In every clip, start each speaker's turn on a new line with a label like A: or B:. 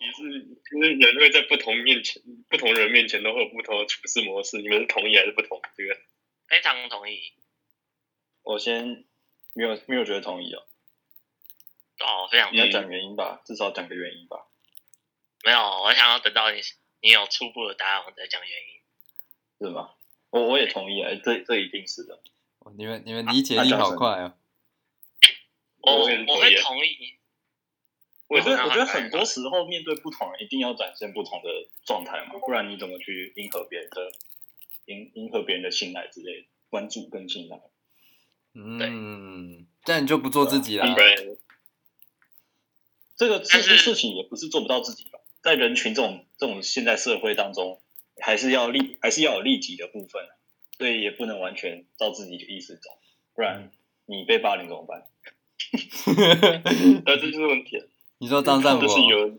A: 是就是人会在不同面前、不同人面前都会有不同的处事模式。你们是同意还是不同意这个？
B: 非常同意。
C: 我先没有没有觉得同意哦，
B: 哦，非常
C: 你要讲原因吧，至少讲个原因吧。
B: 没有，我想要等到你你有初步的答案，我再讲原因。
C: 是吗？我我也同意啊，这这一定是的。
D: 哇哦你们你们理解力好快哦！
B: 我
A: 我很同
B: 我
A: 意
B: 会
A: 啊
B: 同意，
C: 我觉得
B: 好
C: 我觉得
B: 好好啊
C: 很多时候面对不同人，一定要展现不同的状态嘛，不然你怎么去迎合别人的迎迎合别人的信赖之类的，关注跟信赖。
D: 嗯，这样你就不做自己啦
A: 不。然
C: 这个这
B: 但
C: 个
B: 是
C: 事情也不是做不到自己吧，在人群这种这种现在社会当中，还是要利还是要有利己的部分啊，所以也不能完全照自己的意思走，不
B: 嗯
C: 然你被霸凌怎么办？
A: 那这就是问题了，
D: 你说张善
A: 就
D: 博，
A: 是有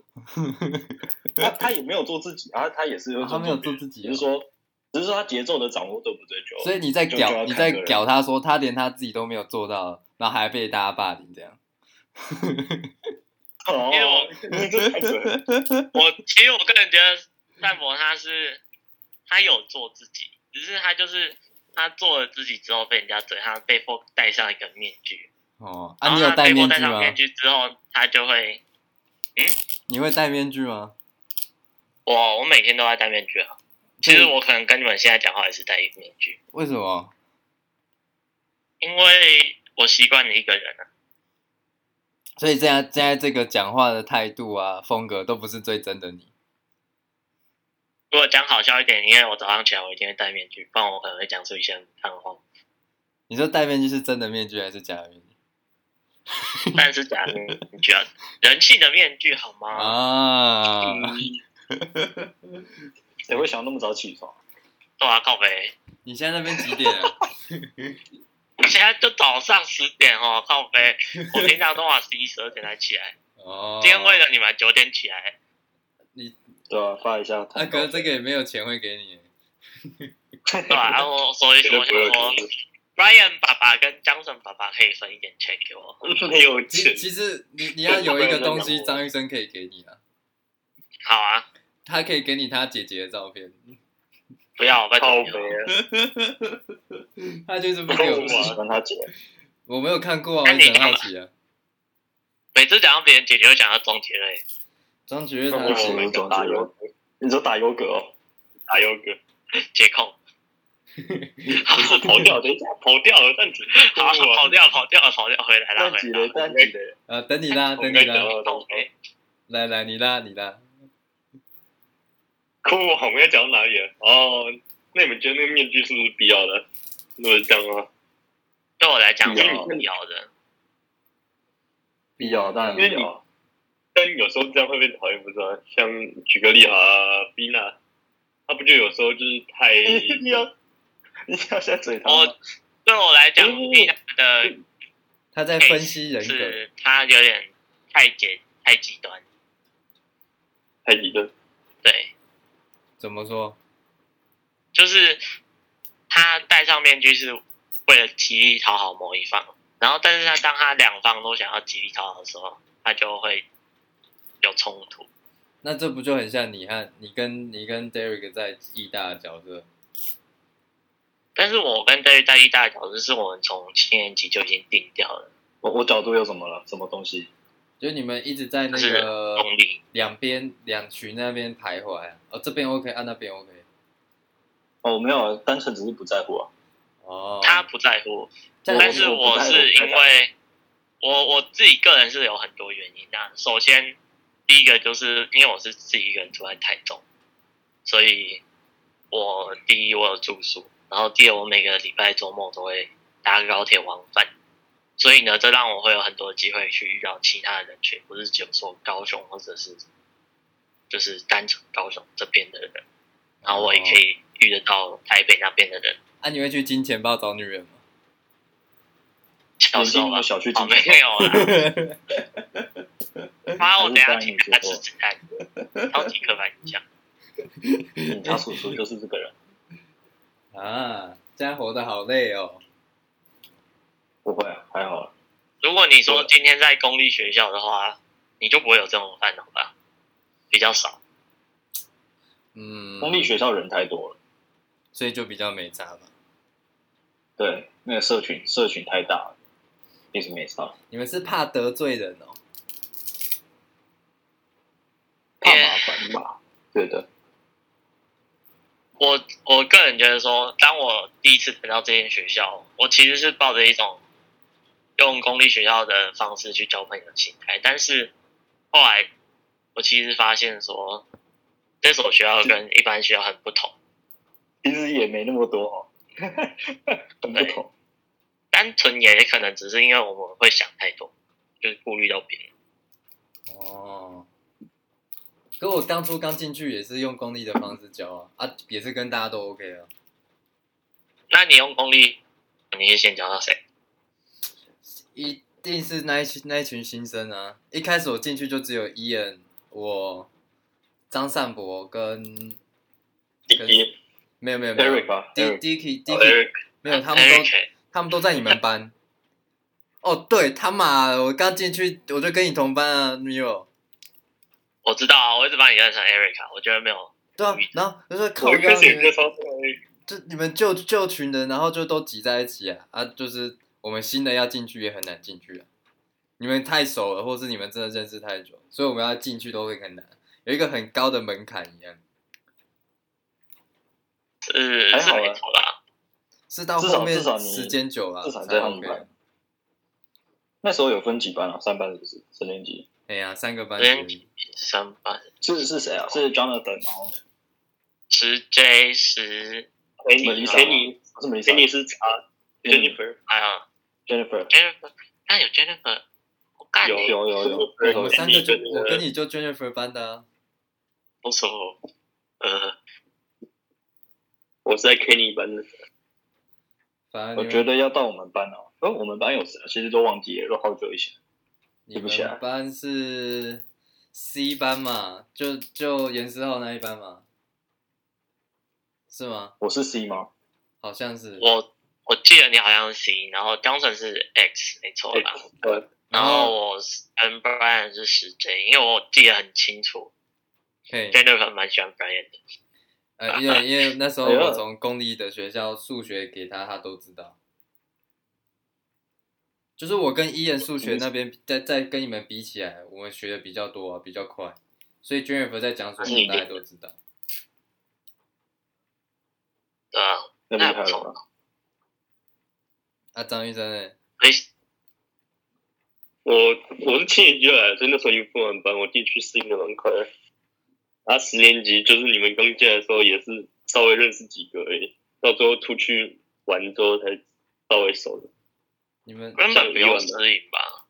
C: 他他也没有做自己啊，他也是有
D: 啊他没有
C: 别
D: 做
C: 人
D: 自己
C: 只是说只是说他节奏的掌握对不对就，
D: 所以你在
C: 就就要
D: 屌
C: 看
D: 你在
C: 个人
D: 屌他说他连他自己都没有做到，然后还被大家霸凌这样。
C: 哦
B: 因为我，
C: 这太扯了，
B: 我其实我个人觉得范博他是他有做自己，只是他就是他做了自己之后被人家嘴，他被迫戴上一个面具。
D: 哦，
B: 然
D: 啊，
B: 后
D: 你有
B: 他
D: 戴
B: 被迫
D: 面
B: 戴
D: 具
B: 上
D: 吗
B: 面？具之后，他就会
D: 你会戴面具吗？
B: 哇，我每天都在戴面具啊。其实我可能跟你们现在讲话也是戴面具，
D: 为什么？
B: 因为我习惯了一个人啊。
D: 所以现在现在这个讲话的态度啊、风格都不是最真的你。
B: 如果讲好笑一点，因为我早上起来我一定会戴面具，不然我可能会讲出一些很胖话，
D: 你说戴面具是真的面具还是假的面具？
B: 但是假的面具啊，人性的面具好吗？
D: 啊，
B: 嗯
C: 谁会想要那么早起床？
B: 对啊，靠北。
D: 你现在那边几点啊？
B: 现在就早上十点哦，靠北。我平常都晚十一十二点才起来，
D: 哦，
B: 今天为了你们九点起来，
C: 对啊，发一下
D: 啊，
C: 蛋糕。
D: 可是这个也没有钱会给你。
B: 对吧、然后所以
A: 绝
B: 我
A: 对不
B: 想
A: 会有
B: 说
A: 钱
B: ，Ryan 爸爸跟 Johnson 爸爸可以分一点钱给我，
A: 没有钱
D: 其，其实你你要有一个东西，张医生可以给你啊，
B: 好啊，
D: 他可以给你他姐姐的照片，
B: 不要，拜托
A: 靠
B: 你
A: 北
B: 了。
A: 啊，
D: 他就是不
C: 我
D: 给
C: 就
D: 我
C: 是喜欢他姐，
D: 我没有看过啊，我
B: 那
D: 一
B: 你
D: 直很好奇啊。
B: 每次讲到别人姐姐，就讲到终结了耶。
D: 张杰月他
A: 我
D: 的
A: 我
D: 姐
A: 们打游歌
C: 你说打优格哦，
A: 打游歌，
B: 解控，
A: 不是跑掉，等一下跑掉了，但只是
B: 好，跑掉，跑掉，跑掉，回来了，
C: 但
B: 回
C: 几
B: 来
C: 雷，
B: 了。
C: 但几雷，
D: 呃，等你啦，
A: 我
D: 等
A: 们在
D: 你
A: 讲
D: 啦，
A: 到东西。
D: 来来，你啦，你啦。
A: 酷，我们要讲到哪里了？哦，那你们觉得那个面具是不是必要的？如果是这样的话，
B: 对我来讲
D: 啊
B: 是必要的，
C: 必要当然必要啊。
A: 但有时候这样会被讨厌，不是吗？像举个例哈，Bina，他不就有时候就是太
C: 你要你要先嘴他吗
B: 我对我来讲
A: 嗯
B: 必要的
D: 他在分析人格，
B: 哎是他有点太简太极端，
A: 太极端？
B: 对，
D: 怎么说？
B: 就是他戴上面具是为了极力讨好某一方，然后但是他当他两方都想要极力讨好的时候，他就会有冲突。
D: 那这不就很像你和你跟你跟 Derek 在义大的角色？
B: 但是我跟 David 在意大的角色是我们从七年级就已经定掉了，
C: 我我角度又怎么了？什么东西？
D: 就你们一直在那
B: 是
D: 个
B: 动力
D: 两边两群那边徘徊啊，哦，这边 OK 啊，那边 OK，
C: 哦，我没有，啊，单纯只是不在乎啊。
D: 哦，
B: 他不在乎，
D: 这样
B: 但是我是因为我我自己个人是有很多原因的、啊。首先，第一个就是因为我是自己一个人住在台中，所以我第一我有住宿，然后第二我每个礼拜周末都会搭高铁往返，所以呢，这让我会有很多机会去遇到其他的人群，不是只有说高雄或者是就是单纯高雄这边的人，然后我也可以遇得到台北那边的人。
D: 啊，你会去金钱豹找女人吗？
B: 小
C: 你
B: 时
C: 进
B: 候
C: 入
B: 吧
C: 了，小区
B: 哦，
C: 进
B: 没有啦。妈，我等一下请他吃子弹，超级刻板印象。
C: 警察嗯叔叔就是这个人，
D: 啊，这样活得好累哦。
C: 不会啊，还好啊。
D: 嗯
B: 如果你说今天在公立学校的话，你就不会有这种烦恼吧？比较少。
D: 嗯，
C: 公立学校人太多了，
D: 所以就比较没差嘛。
C: 对，那个社群社群太大了，一直没差。
D: 你们是怕得罪人哦？
C: 怕麻烦吧？对的，
B: 我我个人觉得说，当我第一次来到这间学校，我其实是抱着一种用公立学校的方式去交朋友的心态，但是后来我其实发现说，这所学校跟一般学校很不同，
C: 其实也没那么多哦， 很不同。
B: 单纯也可能只是因为我们会想太多，就是顾虑到别人。
D: 哦，可我当初刚进去也是用公立的方式教啊，啊，也是跟大家都 OK 啊。
B: 那你用公立，你是先教到谁？
D: 一定是那一群那一群新生啊！一开始我进去就只有伊恩、我、张善博跟
C: 第一
D: 没有没有没有
C: ，Eric 吧
D: D
C: ，Eric
D: Dicky Dicky
A: Eric
D: 没有，他们都
B: Eric
D: 他们都在你们班。哦，对他妈的，我刚进去我就跟你同班啊，女友。
B: 我知道啊，我一直把你认成 Eric，我觉得没有
D: 对啊，然后就说靠
A: 我一
D: 腰，
A: 开始
D: 你
A: 也
D: 们
A: 就超出来
D: 就你们旧旧群人，然后就都挤在一起啊啊！就是我们新的要进去也很难进去啊，你们太熟了，或是你们真的认识太久，所以我们要进去都会很难，有一个很高的门槛一样。
B: 是
C: 还
B: 是
C: 好啊
B: 没错啦。
D: 是到
C: 至少
D: 后面
C: 至少你
D: 时间久了
C: 至少
D: 才
C: 在他们
D: OK。
C: 班。那时候有分几班啊？三班是不是？三年级
D: 哎呀，三个班
B: 时间
D: 而已
B: 三班
C: 是是谁啊？是 Jonathan，然后呢
B: 十 J 十，
A: 陪
C: 门
A: 你陪
C: 一上
A: 你
C: 是没
A: 陪你是查 Jennifer
B: 还有
C: 啊 Jennifer，
B: Jennifer，但有 Jennifer，我干
C: 有
B: 你
C: 有有有，
A: 对
D: 我
C: 有
D: 们三个就
A: 你跟
D: 我跟你就 Jennifer 班的啊，
B: 不熟，呃，
A: 我是在 Kenny 班的，
D: 反正
C: 我
D: 你
C: 觉
D: 们
C: 得要到我们班哦，哦，我们班有谁啊？其实都忘记了，都好久以前。
D: 你
C: 对不起啊
D: 们班是 C 班嘛，就就严思浩那一班嘛，是吗？
C: 我是 C 吗？
D: 好像是。
B: 我我记得你好像是 C，然后 Johnson 是 X，没错啦。
A: 呃，
B: 然后我是 and Brian 是十 J，因为我记得很清楚
D: 嘿，
B: ，Jennifer 蛮喜欢 Brian 的。
D: 呃，因为因为那时候
C: 哎呦
D: 我从公立的学校数学给他，他都知道。就是我跟伊人数学那边，在在跟你们比起来，我们学的比较多、啊，比较快，所以 Jennifer 在讲什么，大家都知道。
B: 对啊，
C: 那厉害了吧？
D: 啊，张医生呢？
B: 所以
A: 我我是七年级来的，所以那时候已经分完班，我进去适应的蛮快的。啊，十年级就是你们刚进来的时候也是稍微认识几个而已，到最后出去玩之后才稍微熟的。
D: 你们
B: 根本不用适应吧？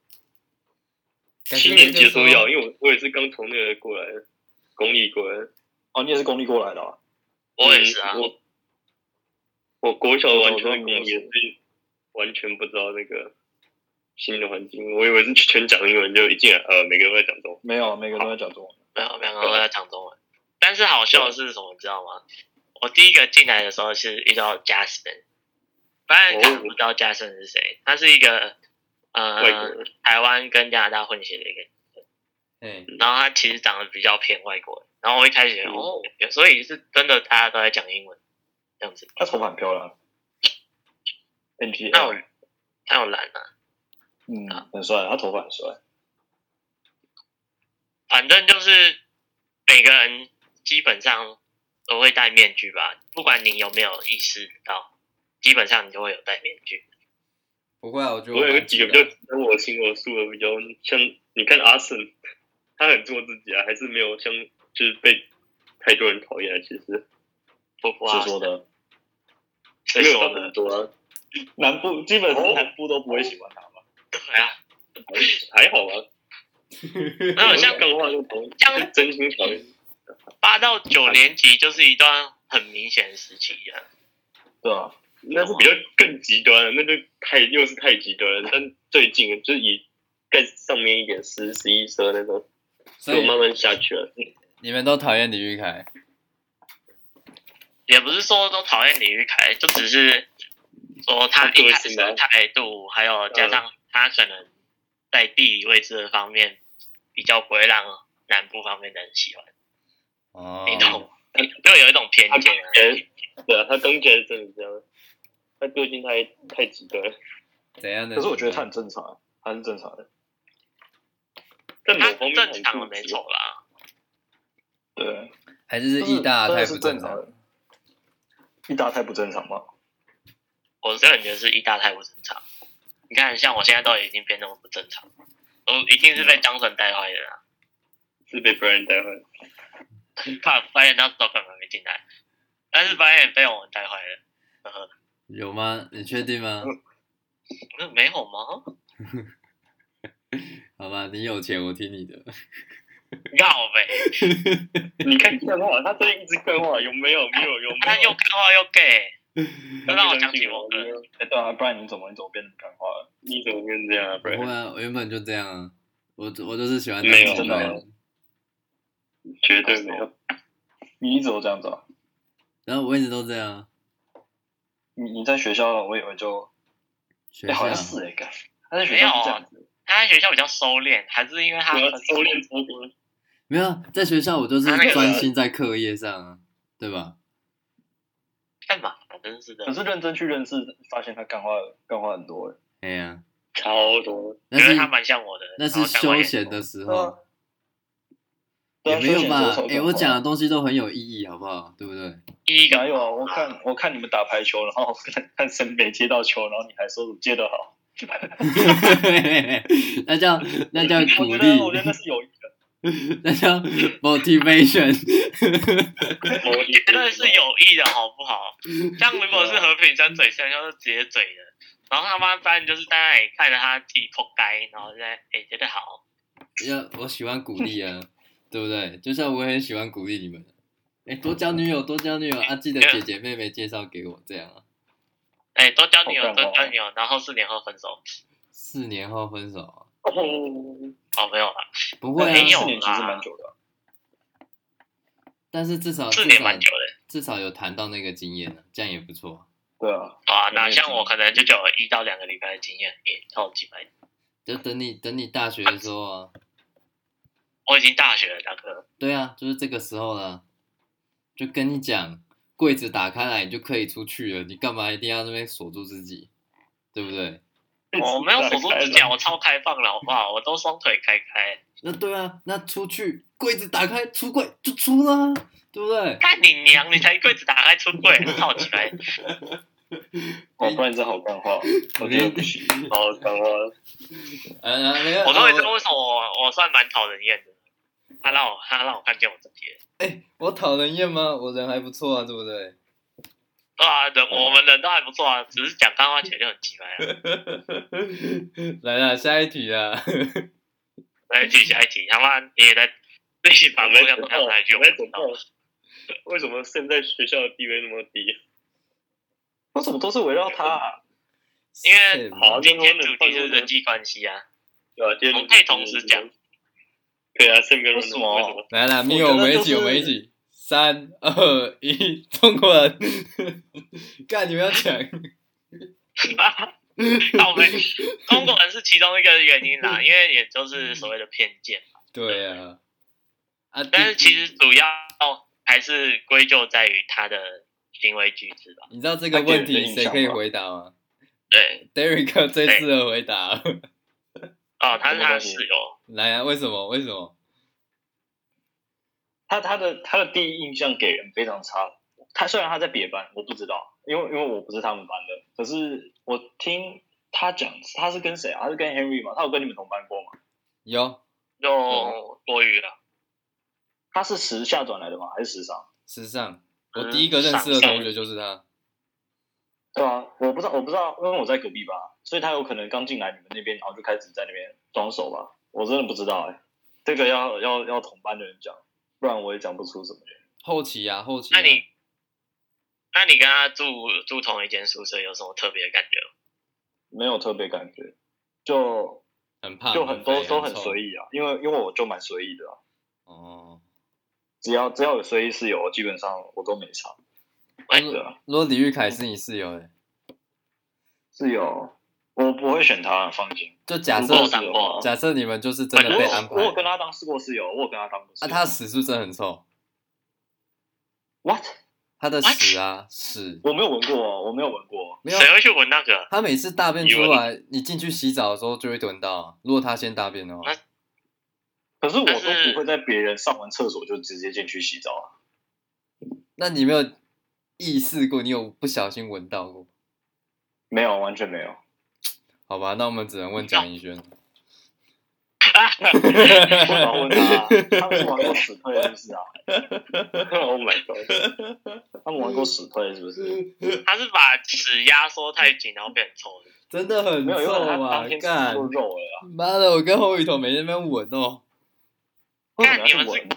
D: 感
A: 七
D: 觉
A: 年级的时候
D: 说
A: 要，因为我我也是刚从那个过来的，公立过来的。
C: 哦，你也是公立过来的啊？
B: 我也是啊
A: 嗯，我我国小完全也是完全不知道那个新的环境，我以为是全讲英文，就一进来呃每个人都在讲中文。
C: 没有，啊每个人都在讲中文。
B: 没有，两
A: 嗯
B: 个都在讲中文。但是好笑的是什么，你知道吗？我第一个进来的时候是遇到 Jasmine，反正可能不知道 Jasmine 是谁，他是一个
A: 哦外国
B: 呃
A: 人
B: 台湾跟加拿大混血的一个人，
D: 嘿，
B: 然后他其实长得比较偏外国人。然后我一开始觉得
A: 嗯
B: 哦，所以是真的大家都在讲英文这样子，
C: 他头发很漂亮，N G，
B: 那我那我懒啊了、
C: 嗯，很帅，他头发很帅。
B: 反正就是每个人基本上都会戴面具吧，不管你有没有意识到，基本上你都会有戴面具。
D: 不会啊，我觉得
A: 我有
D: 蛮
A: 几个
D: 期
A: 比
D: 待
A: 较跟我行我素的，比较像你看阿森，他很做自己啊，还是没有像就是被太多人讨厌啊。其实
B: 不不啊
C: 谁，说的？
B: 谁
A: 没有
B: 说
A: 到
B: 的
A: 很？多啊，
C: 南部基本上南部都不会喜欢他吧？
B: 对啊，
A: 还好啊吧。
B: 没有像
A: 干话就同
B: 像
A: 是真心讨厌，
B: 八到九年级就是一段很明显的时期啊。
C: 对啊，
A: 那是比较更极端啊了，那就太又是太极端了。但最近啊就是以更上面一点十十一十二那种，
D: 所
A: 就
D: 以
A: 慢慢下去了。
D: 你们都讨厌李玉凯，
B: 也不是说都讨厌李玉凯，就只是说他一开始的态度，还有加上他可能在地理位置的方面比较不会让南部方面的人喜欢，
D: 哦，
B: 你懂吗？ 就有一种偏见啊。
A: 对啊，他刚起来真的这样，他个性太太极端了，
D: 怎样的？
C: 可是我觉得他很正常，啊他是正常的。
A: 但某
B: 他
A: 方面
B: 正常的
A: 很固
B: 没
A: 执
B: 错啦，
C: 对，
D: 还是是义大
C: 真
D: 太
C: 的
D: 不
C: 是正
D: 常
C: 常。的。义大太不正常吧？
B: 我个人觉得是一大太不正常。你看，像我现在都已经变那么不正常了，我一定
A: 嗯
B: 是被张成带坏的啊啦。
A: 是被 Brian 带坏。
B: 怕 Brian 那时候根本没进来，但是 Brian 被我们带坏了。呵呵，
D: 有吗？你确定吗？
C: 嗯
B: 那没有吗？
D: 好吧，你有钱，我听你的。
B: 要呗，
A: 你看干话，他最近一直干话，有没有？没有，有
B: 他
A: 没
B: 又
A: 有？
B: 干话又 gay，
A: 他
B: 又让我想起某个。
C: 哎、对啊，不然你怎么你怎么变成干话了？
A: 你怎么变这样啊
D: 不会
A: ？Brian，
D: 啊，我原本就这样啊。我我就是喜欢
A: 没有
D: 当
C: 真的
D: 坏
C: 没
D: 人。
A: 绝对没有。
C: 你一直都这样子啊？
D: 然后我一直都这样啊。
C: 你你在学校，我以为就
D: 学
C: 哎、
D: 校、
C: 好像是哎、干他在学校是这样子，
B: 他在学校比较收敛，还是因为他
A: 我要
B: 很
A: 收敛自我，
D: 没有在学校，我就是
B: 啊那个
D: 专心在课业上啊，对吧？
B: 干嘛？真是的
C: 可，是认真去认识，发现他干话干话很多、欸。
D: 哎呀、
A: 超多。
D: 那
B: 觉得
D: 是
B: 他蛮像我的。
D: 那
B: 然
D: 是
B: 后干话
D: 休
B: 也
D: 闲的时
C: 对啊啊
D: 候，也没有吧？哎、我讲的东西都很有意义，好不好？对不 对？
B: 第一个
C: 哪有啊？我看我看你们打排球，然后 看看谁没接到球，然后你还说我接得好，
D: 那叫那叫
C: 我觉
D: 鼓
C: 得我觉得，
D: 励
C: 那是有意的。
D: 那叫 motivation。
A: 我
B: 绝对是有意的，好不好？像如果是和平山嘴上，就是直接嘴的，然后他妈班就是在那里看着他自己破街，然后在哎、觉得好，
D: 要我喜欢鼓励啊，对不对？就像我也很喜欢鼓励你们，哎、多交女友，多交女友啊！记得姐姐妹妹介绍给我，这样啊。
B: 哎、多交女友，
C: 好干
B: 多
C: 话
B: 交女友，然后四年后分手。
D: 四年后分手啊，
B: 哦，没有啦，
D: 不会
B: 没有
D: 啊，
C: 四年其实蛮久的啊、
D: 但是至少
B: 四
D: 至
B: 年
D: 少
B: 蛮久的。
D: 至少有谈到那个经验呢、这样也不错啊。
C: 对啊，
B: 好啊，哪
C: 有
B: 像我可能就只有一到两个礼拜的经验，也超级白。
D: 就等你等你大学的时候啊，
B: 我已经大学了，大哥，
D: 对啊，就是这个时候了，就跟你讲，柜子打开来你就可以出去了，你干嘛一定要那边锁住自己，对不对？
B: 哦我没有锁住指甲，我超开放了，好不好？我都双腿开开。
D: 那对啊，那出去柜子打开，出柜就出啦，对不对？
B: 看你娘，你才柜子打开出柜，好奇白。
C: 哦，不然这好干话，我觉得不行。
A: 好脏啊！
D: 啊啊，没有，
B: 我都会知道
D: 啊
B: 为什么我我算蛮讨人厌的。他让我他让我看见我自己了，
D: 哎、我讨人厌吗？我人还不错啊，对不对？
B: 对啊，人我们人都还不错啊，只是讲干话起来就很奇怪啊。
D: 来啦，下一题啊，
B: 来，继续下一题，他妈你也在自己把
A: 我
B: 目
A: 在
B: 标
A: 等
B: 放下去，
A: 我
B: 我
A: 在
B: 知
A: 等
B: 道
A: 候。为什么现在学校的地位那么低？
C: 为什么都是围绕他、啊？
B: 因为
A: 好
B: 今天主题是人际关系啊，
A: 对吧、啊？今天
B: 我们可以同时讲。
A: 对啊，圣哥
C: 为什么
A: 为什么？
D: 来啦，咪
C: 我觉
D: 我
C: 得
D: 们一
C: 就
D: 起，我们一
C: 是
D: 起，三二一，中国人， 干你们要抢，
B: 那我们 中国人是其中一个原因啦，因为也就是所谓的偏见，
D: 对啊，啊，
B: 但是
D: 第
B: 其实主要还是归咎在于他的行为举止吧。
D: 你知道这个
C: 他给
D: 问
C: 人的
D: 题
C: 印
D: 谁
C: 象
D: 可以
C: 吗哎
D: 回答吗
B: 对，
D: ？Derek 最适合回答，
B: 哦，他是他的
C: 什么东西
B: 室友，
D: 来啊，为什么？为什么？
C: 他他的他的第一印象给人非常差。他虽然他在别班，我不知道，因为因为我不是他们班的，可是我听他讲，他是跟谁啊？他是跟 Henry 嘛？他有跟你们同班过吗？
D: 有
A: 嗯
B: 就多余了。
C: 他是时下转来的吗？还是时尚？
D: 时尚，我
B: 嗯
D: 第一个认识的
B: 上
D: 同学就是他，
C: 对啊，我不知道，我不知道，因为我在隔壁吧，所以他有可能刚进来你们那边，然后就开始在那边装熟吧。我真的不知道哎、这个要要要同班的人讲，不然我也讲不出什么原因。
D: 后期啊，后期啊，
B: 那你，那你跟他住住同一间宿舍，有什么特别的感觉吗？
C: 没有特别感觉，就
D: 很胖，
C: 就很
D: 多
C: 多都很
D: 意。
C: 随意啊，因为因为我就蛮随意的、啊，
D: 哦，
C: 只要只要有随意室友，基本上我都没差。
B: 哎
D: 嗯
C: 对啊，
D: 欸如果李玉凯是你室友嘞，
C: 室友我不会选他，放心。
D: 就假
C: 如
D: 设
C: 果
B: 我
C: 是
B: 当过，
D: 假设你们就是真的
C: 我
D: 被
C: 有
D: 安排
C: 我，有跟他当试过室友，我有跟他当过室
D: 啊，
C: 友。
D: 他的屎是不是真的很臭？
C: what？
D: 他的
B: What？
D: 屎啊屎，
C: 我没有闻过，我没有闻过。
D: 没有啊
B: 谁会去闻那个？
D: 他每次大便
B: 以
D: 出
B: 为
D: 来，你进去洗澡的时候就会闻到啊。如果他先大便的话
B: 那，
C: 可是我都
B: 但是
C: 不会在别人上完厕所就直接进去洗澡啊。
D: 那你没有意识过，你有不小心闻到过？
C: 没有，完全没 有。
D: 好吧，那我们只能问蒋 一轩。
C: 我早问他、啊，他们玩过死退是不是啊？
A: Oh my god！
C: 他们玩过死退是不是？
B: 他是把屎压缩太紧，然后变成臭的。
D: 真的很
C: 没有，因为
D: 臭
C: 他
D: 啊
C: 当！天吃
D: 干
C: 过肉了啊。
D: 妈的，我跟侯雨桐每天在那边闻哦。
B: 干
C: 为什
B: 你
C: 么要
B: 们
C: 去
B: 是
C: 闻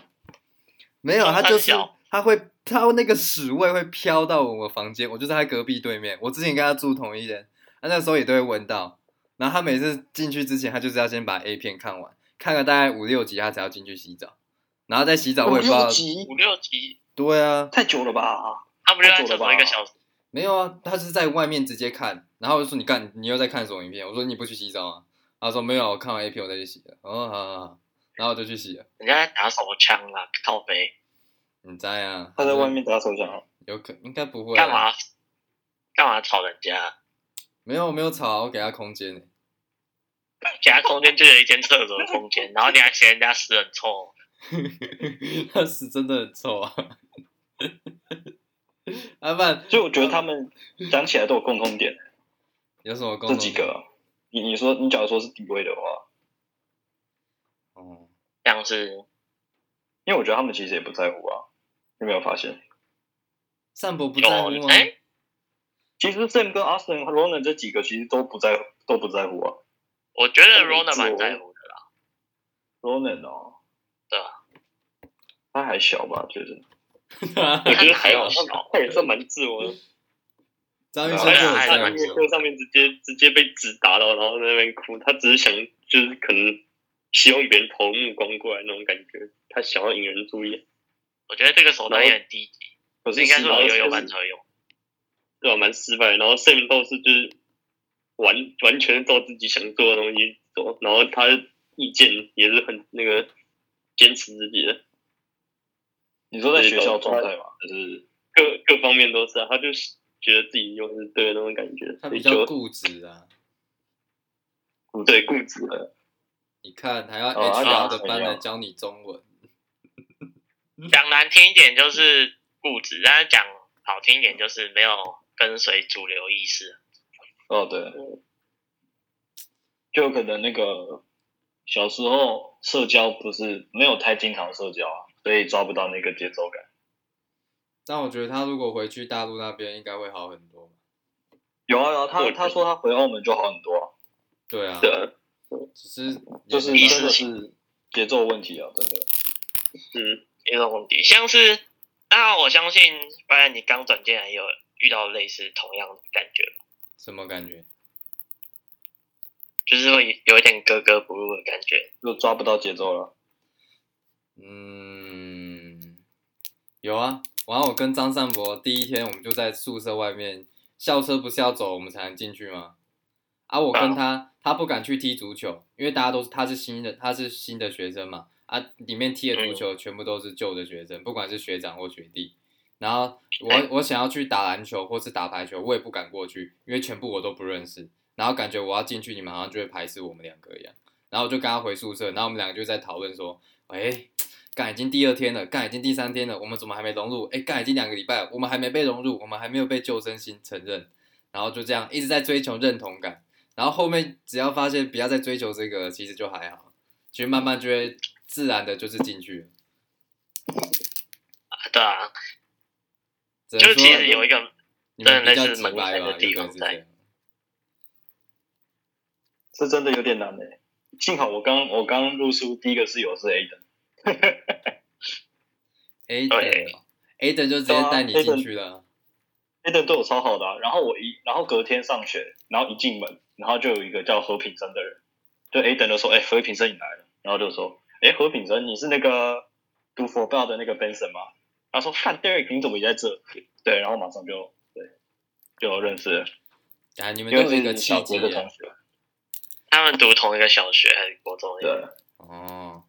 D: 没有，他就是
B: 三小
D: 他会，他那个屎味会飘到我房间，我就在他隔壁对面。我之前跟他住同一间，他、那时候也都会闻到。然后他每次进去之前，他就是要先把 A 片看完，看个大概五六集，他才要进去洗澡。然后在洗澡，我也不知道
C: 五六。集
B: 五六集，
D: 对啊，
C: 太久了吧？
B: 他不就在厕所一个小时？
D: 没有啊，他是在外面直接看，然后我就说你干，你又在看什么影片？我说你不去洗澡啊？他说没有，我看完 A 片我再去洗的。哦，好好好，然后我就去洗了。
B: 人家在打手枪啊，靠背
D: 你在啊？
C: 他在外面打手枪，
D: 有可应该不会啊
B: 干？嘛？干嘛吵人家？
D: 没有，我没有吵啊，我给他空间呢。
B: 给他空间就有一间厕所的空间，然后你还嫌人家屎很臭，
D: 欸 他屎真的很臭啊！ 阿曼
C: 所以我觉得他们讲起来都有共通点。
D: 有什么共
C: 这
D: 同
C: 几
D: 点？
C: 个啊，你你说你假如说是低位的话，
D: 哦，
B: 像是
C: 因为我觉得他们其实也不在乎啊，有没有发现？
D: 散博不在乎啊
B: 有
D: 吗？
B: 哎，
C: 其实 Sam 跟 Austin 和 Ronan 这几个其实都不在乎，都不在乎啊。
B: 我觉得
C: 他们
B: Rona 蛮
C: 做
B: 在乎的啦。
C: Ronan 哦，
B: 对啊，
C: 他还小吧，觉得。
A: 我觉得还好，
B: 小
A: 他他也算蛮自我的。
D: 张医生
B: 对
D: 就
B: 啊
C: 哎
A: 他
D: 很在
A: 在
B: 还
A: 音乐
D: 乎
A: 会上面直接直接被纸打到，然后在那边哭。他只是想，就是可能希望别人投目光过来那种感觉，他想要引人注意，
B: 我觉得这个手段也很低级，
C: 可是
B: 应该是
C: 是
B: 我
A: 有
B: 悠悠
A: 有
B: 班才会用。
A: 对吧？啊蛮失败的。然后 Sam 倒是就是完完全照自己想做的东西走，然后他的意见也是很那个坚持自己的，
C: 你说在学校状态吗？还
D: 嗯
C: 是
A: 各各方面都是啊。他就是觉得自己又是对的那种感觉，
D: 啊他
A: 所以
D: 比较
A: 就
D: 固执啊。
C: 固
A: 对固执的。
D: 你看，还要
C: 哦他
D: HR 的
C: 怎
D: 班
C: 样
D: 来教你中文，
B: 讲难听一点就是固执，但是讲好听一点就是没有跟随主流意识。
C: 哦，对，就可能那个小时候社交不是没有太经常社交啊，所以抓不到那个节奏感。
D: 但我觉得他如果回去大陆那边，应该会好很多。
C: 有啊有啊，他
A: 对
C: 他说他回澳门就好很多啊，
D: 对啊，
A: 对啊，
D: 只是
B: 嗯
C: 就是
D: 也没
C: 真的
D: 办法
C: 是节奏问题啊，真的。
A: 嗯，
B: 一个问题，像是那我相信，不然你刚转进来也有遇到类似同样的感觉吧，
D: 什么感觉？
B: 就是会有一点格格不入的感觉。
C: 就抓不到节奏了。
D: 嗯，有啊。然后我跟张善博第一天，我们就在宿舍外面，校车不是要走我们才能进去吗？啊，我跟他，他不敢去踢足球，因为大家都是他是新的，他是新的学生嘛。啊，里面踢的足球全部都是旧的学生，不管是学长或学弟。然后我
B: 哎
D: 我想要去打篮球或是打排球，我也不敢过去，因为全部我都不认识。然后感觉我要进去，你们好像就会排斥我们两个一样。然后我就跟他回宿舍，然后我们两个就在讨论说，哎，干已经第二天了，干已经第三天了，我们怎么还没融入？哎，干已经两个礼拜了，我们还没被融入，我们还没有被救生星承认，然后就这样一直在追求认同感，然后后面只要发现不要再追求这个，其实就还好，其实慢慢就会自然的就是进去了。
B: 啊对啊，
D: 只
B: 就
D: 能
B: 是其实
D: 说
B: 有一个
D: 你们比
B: 真的
D: 较
B: 类
D: 直
B: 似
D: 白
B: 门
D: 吧，
B: 槛
D: 有
B: 的
D: 可
B: 地
D: 能
B: 方
D: 是这
B: 在
D: 样。
C: 这真的有点难诶、欸幸好我刚我刚入书第一个室友是 A 的，
D: Aden 哦，Aden 就直接
C: 啊
D: 带你进去了。
C: a 的对我超好的、啊。然后我一然后隔天上学，然后一进门，然后就有一个叫何品生的人，就 A 的就说：“哎、何品生你来了。”然后就说：“哎、何品生，你是那个读佛报的那个 Benson 吗？”他说：“看 Derek，你怎么也在这？”对，然后马上就对就认识了。
D: 啊，你们
C: 因为
D: 都有
C: 是
D: 一个
C: 你
D: 契
C: 小
D: 机
C: 学的同学，
B: 他们读同一个小学还是国中的？
C: 对，
D: 哦。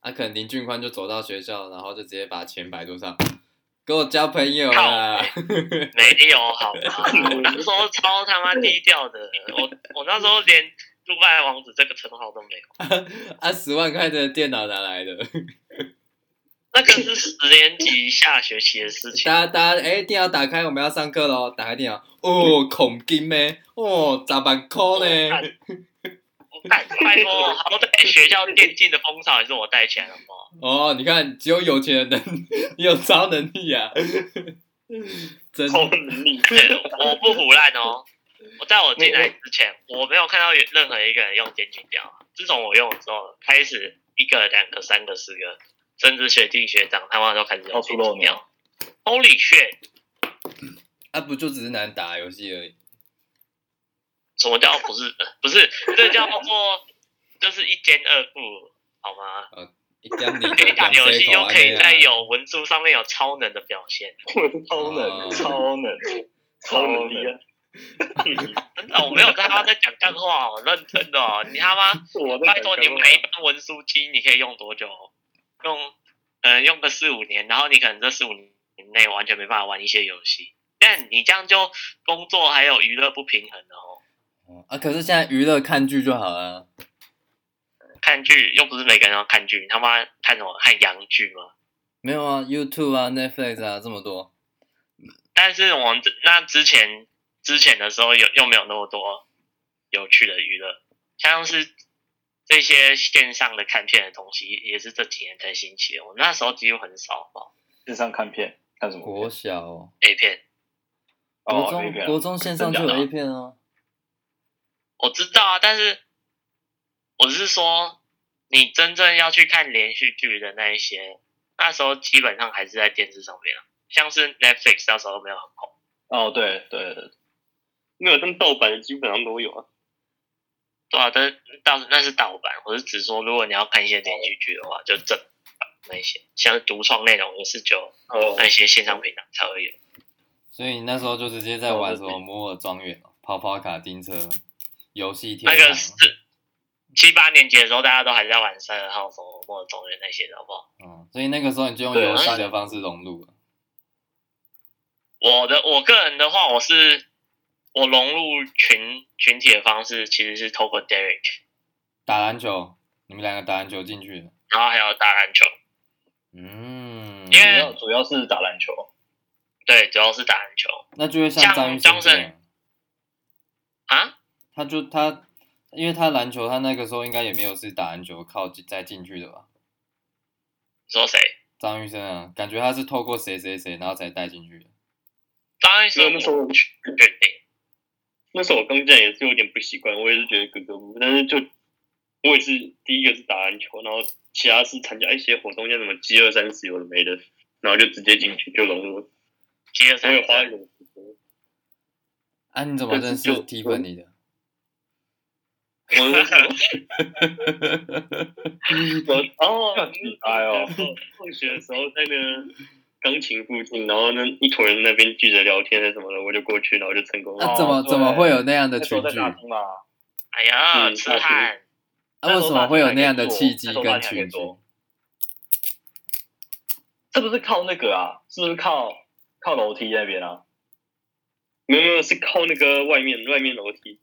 D: 啊，可能林俊宽就走到学校，然后就直接把钱摆桌上，给我交朋友啦。
B: 没有，好吗？我那时候超他妈低调的，我我那时候连杜拜王子这个称号都没有，
D: 啊，十万块的电脑哪 来的？
B: 那个是十年级下学期的事情。
D: 大家大家哎，电脑打开，我们要上课喽！打开电脑，哦，恐金咩？哦，咋办扣呢？
B: 我干拜托，哦好歹学校电竞的风潮也是我带起来的嘛。
D: 哦，你看，只有有钱人能，你有超能力啊！
B: 嗯
D: 真
A: 超能力，
B: 对我不胡乱哦。我在我进来之前，我没有看到有任何一个人用电竞表啊。自从我用了之后，开始一个、两个、三个、四个，甚至学弟学长他们都开始用
C: 到处
B: 电
C: 露
B: 竞
C: 面
B: 表。Holy shit！
D: 啊，不就只是难打游戏而已。
B: 什么叫不是？ 不是，这叫做就是一兼二顾，好吗？
D: 一定要你
B: 可以打游戏，
D: 啊
B: 又可以在
D: 有。
B: 有文书上面有超能的表现。
A: 我是超
D: 哦
A: 能，
C: 超 能，
A: 超能力啊！
B: 真的，我没有在他妈在讲干话，我认真的、哦。你他妈
A: 我在
B: 拜托你买一张文书机，你可以用多久？用呃用个四五年，然后你可能这四五年内完全没办法玩一些游戏，但你这样就工作还有娱乐不平衡了哦。
D: 啊，可是现在娱乐看剧就好了。啊
B: 看剧又不是每个人要看剧，你他妈看什么看洋剧吗？
D: 没有啊，YouTube 啊，Netflix 啊，这么多。
B: 但是我们这那之前之前的时候有又没有那么多有趣的娱乐，像是这些线上的看片的东西，也是这几年才兴起的。我那时候几乎很少吧
C: 线上看片看什么
D: 国
C: 片？
D: 小、哦、
B: A 片。
D: 国
C: 哦
D: 中、
C: 那个
D: 国中线上就有
C: 真假的
D: A 片啊。
B: 我知道啊，但是我是说，你真正要去看连续剧的那一些，那时候基本上还是在电视上面啊，像是 Netflix 那时候都没有很红。
C: 哦，对对对，
A: 没有，但盗版的基本上都有啊。
B: 对啊，但是盗那是盗版，我是只说，如果你要看一些连续剧的话，就正版那一些，像是独创内容也是只有
A: 哦，
B: 那些线上平台才会有。
D: 所以你那时候就直接在玩什么摩尔庄园、哦跑跑卡丁车、游戏天
B: 那个是
D: 堂。哦
B: 七八年级的时候，大家都还在玩三十号、什么末中原那些的，好不好？
D: 嗯，所以那个时候你就用
C: 对
D: 游戏的方式融入了。
B: 我的我个人的话，我是我融入群群体的方式其实是透过 Derek，
D: 打篮球，你们两个打篮球进去了。
B: 然后还有打篮球，
D: 嗯，
B: 因
C: 主
B: 为
C: 要主要是打篮球，
B: 对，主要是打篮球
D: 那就会像
B: 像
D: 张雨生这样
B: Johnson 啊。
D: 他就他，因为他篮球，他那个时候应该也没有是打篮球靠近再进去的吧？
B: 你说谁？
D: 张玉生啊，感觉他是透过谁谁谁，然后才带进去的。
B: 当然是
A: 没有那时候
B: 我决定。
A: 那时候我刚进来也是有点不习惯，我也是觉得格格不入，但是就我也是第一个是打篮球，然后其他是参加一些活动，像什么饥饿三十有的没的，然后就直接进去就融入了。
B: 接着
A: 我
B: 三
A: 也
B: 十
A: 花一
B: 三，
A: 点时间，
D: 啊，你怎么认识
A: 但是就
D: Tiffany 的？
A: 我那时候我哦，
C: 哎呦，
A: 放学的时候在那个钢琴附近，然后那一坨人那边聚着聊天还是什么的，我就过去，然后就成功了。
D: 啊，怎么
C: 哦对
D: 怎么会有那样的
C: 那时
D: 群
C: 候在
D: 聚？
C: 大
D: 啊，
C: 厅嘛，
B: 哎呀，
A: 嗯
B: 痴汉，
C: 那时
D: 为
C: 候
D: 什么会有那样的
C: 大家
D: 契机
C: 那时候大
D: 跟
C: 家
D: 群
C: 也
D: 聚？
C: 多是不是靠那个啊？是不是靠靠楼梯那边啊？
A: 没有没有，是靠那个外面外面楼梯，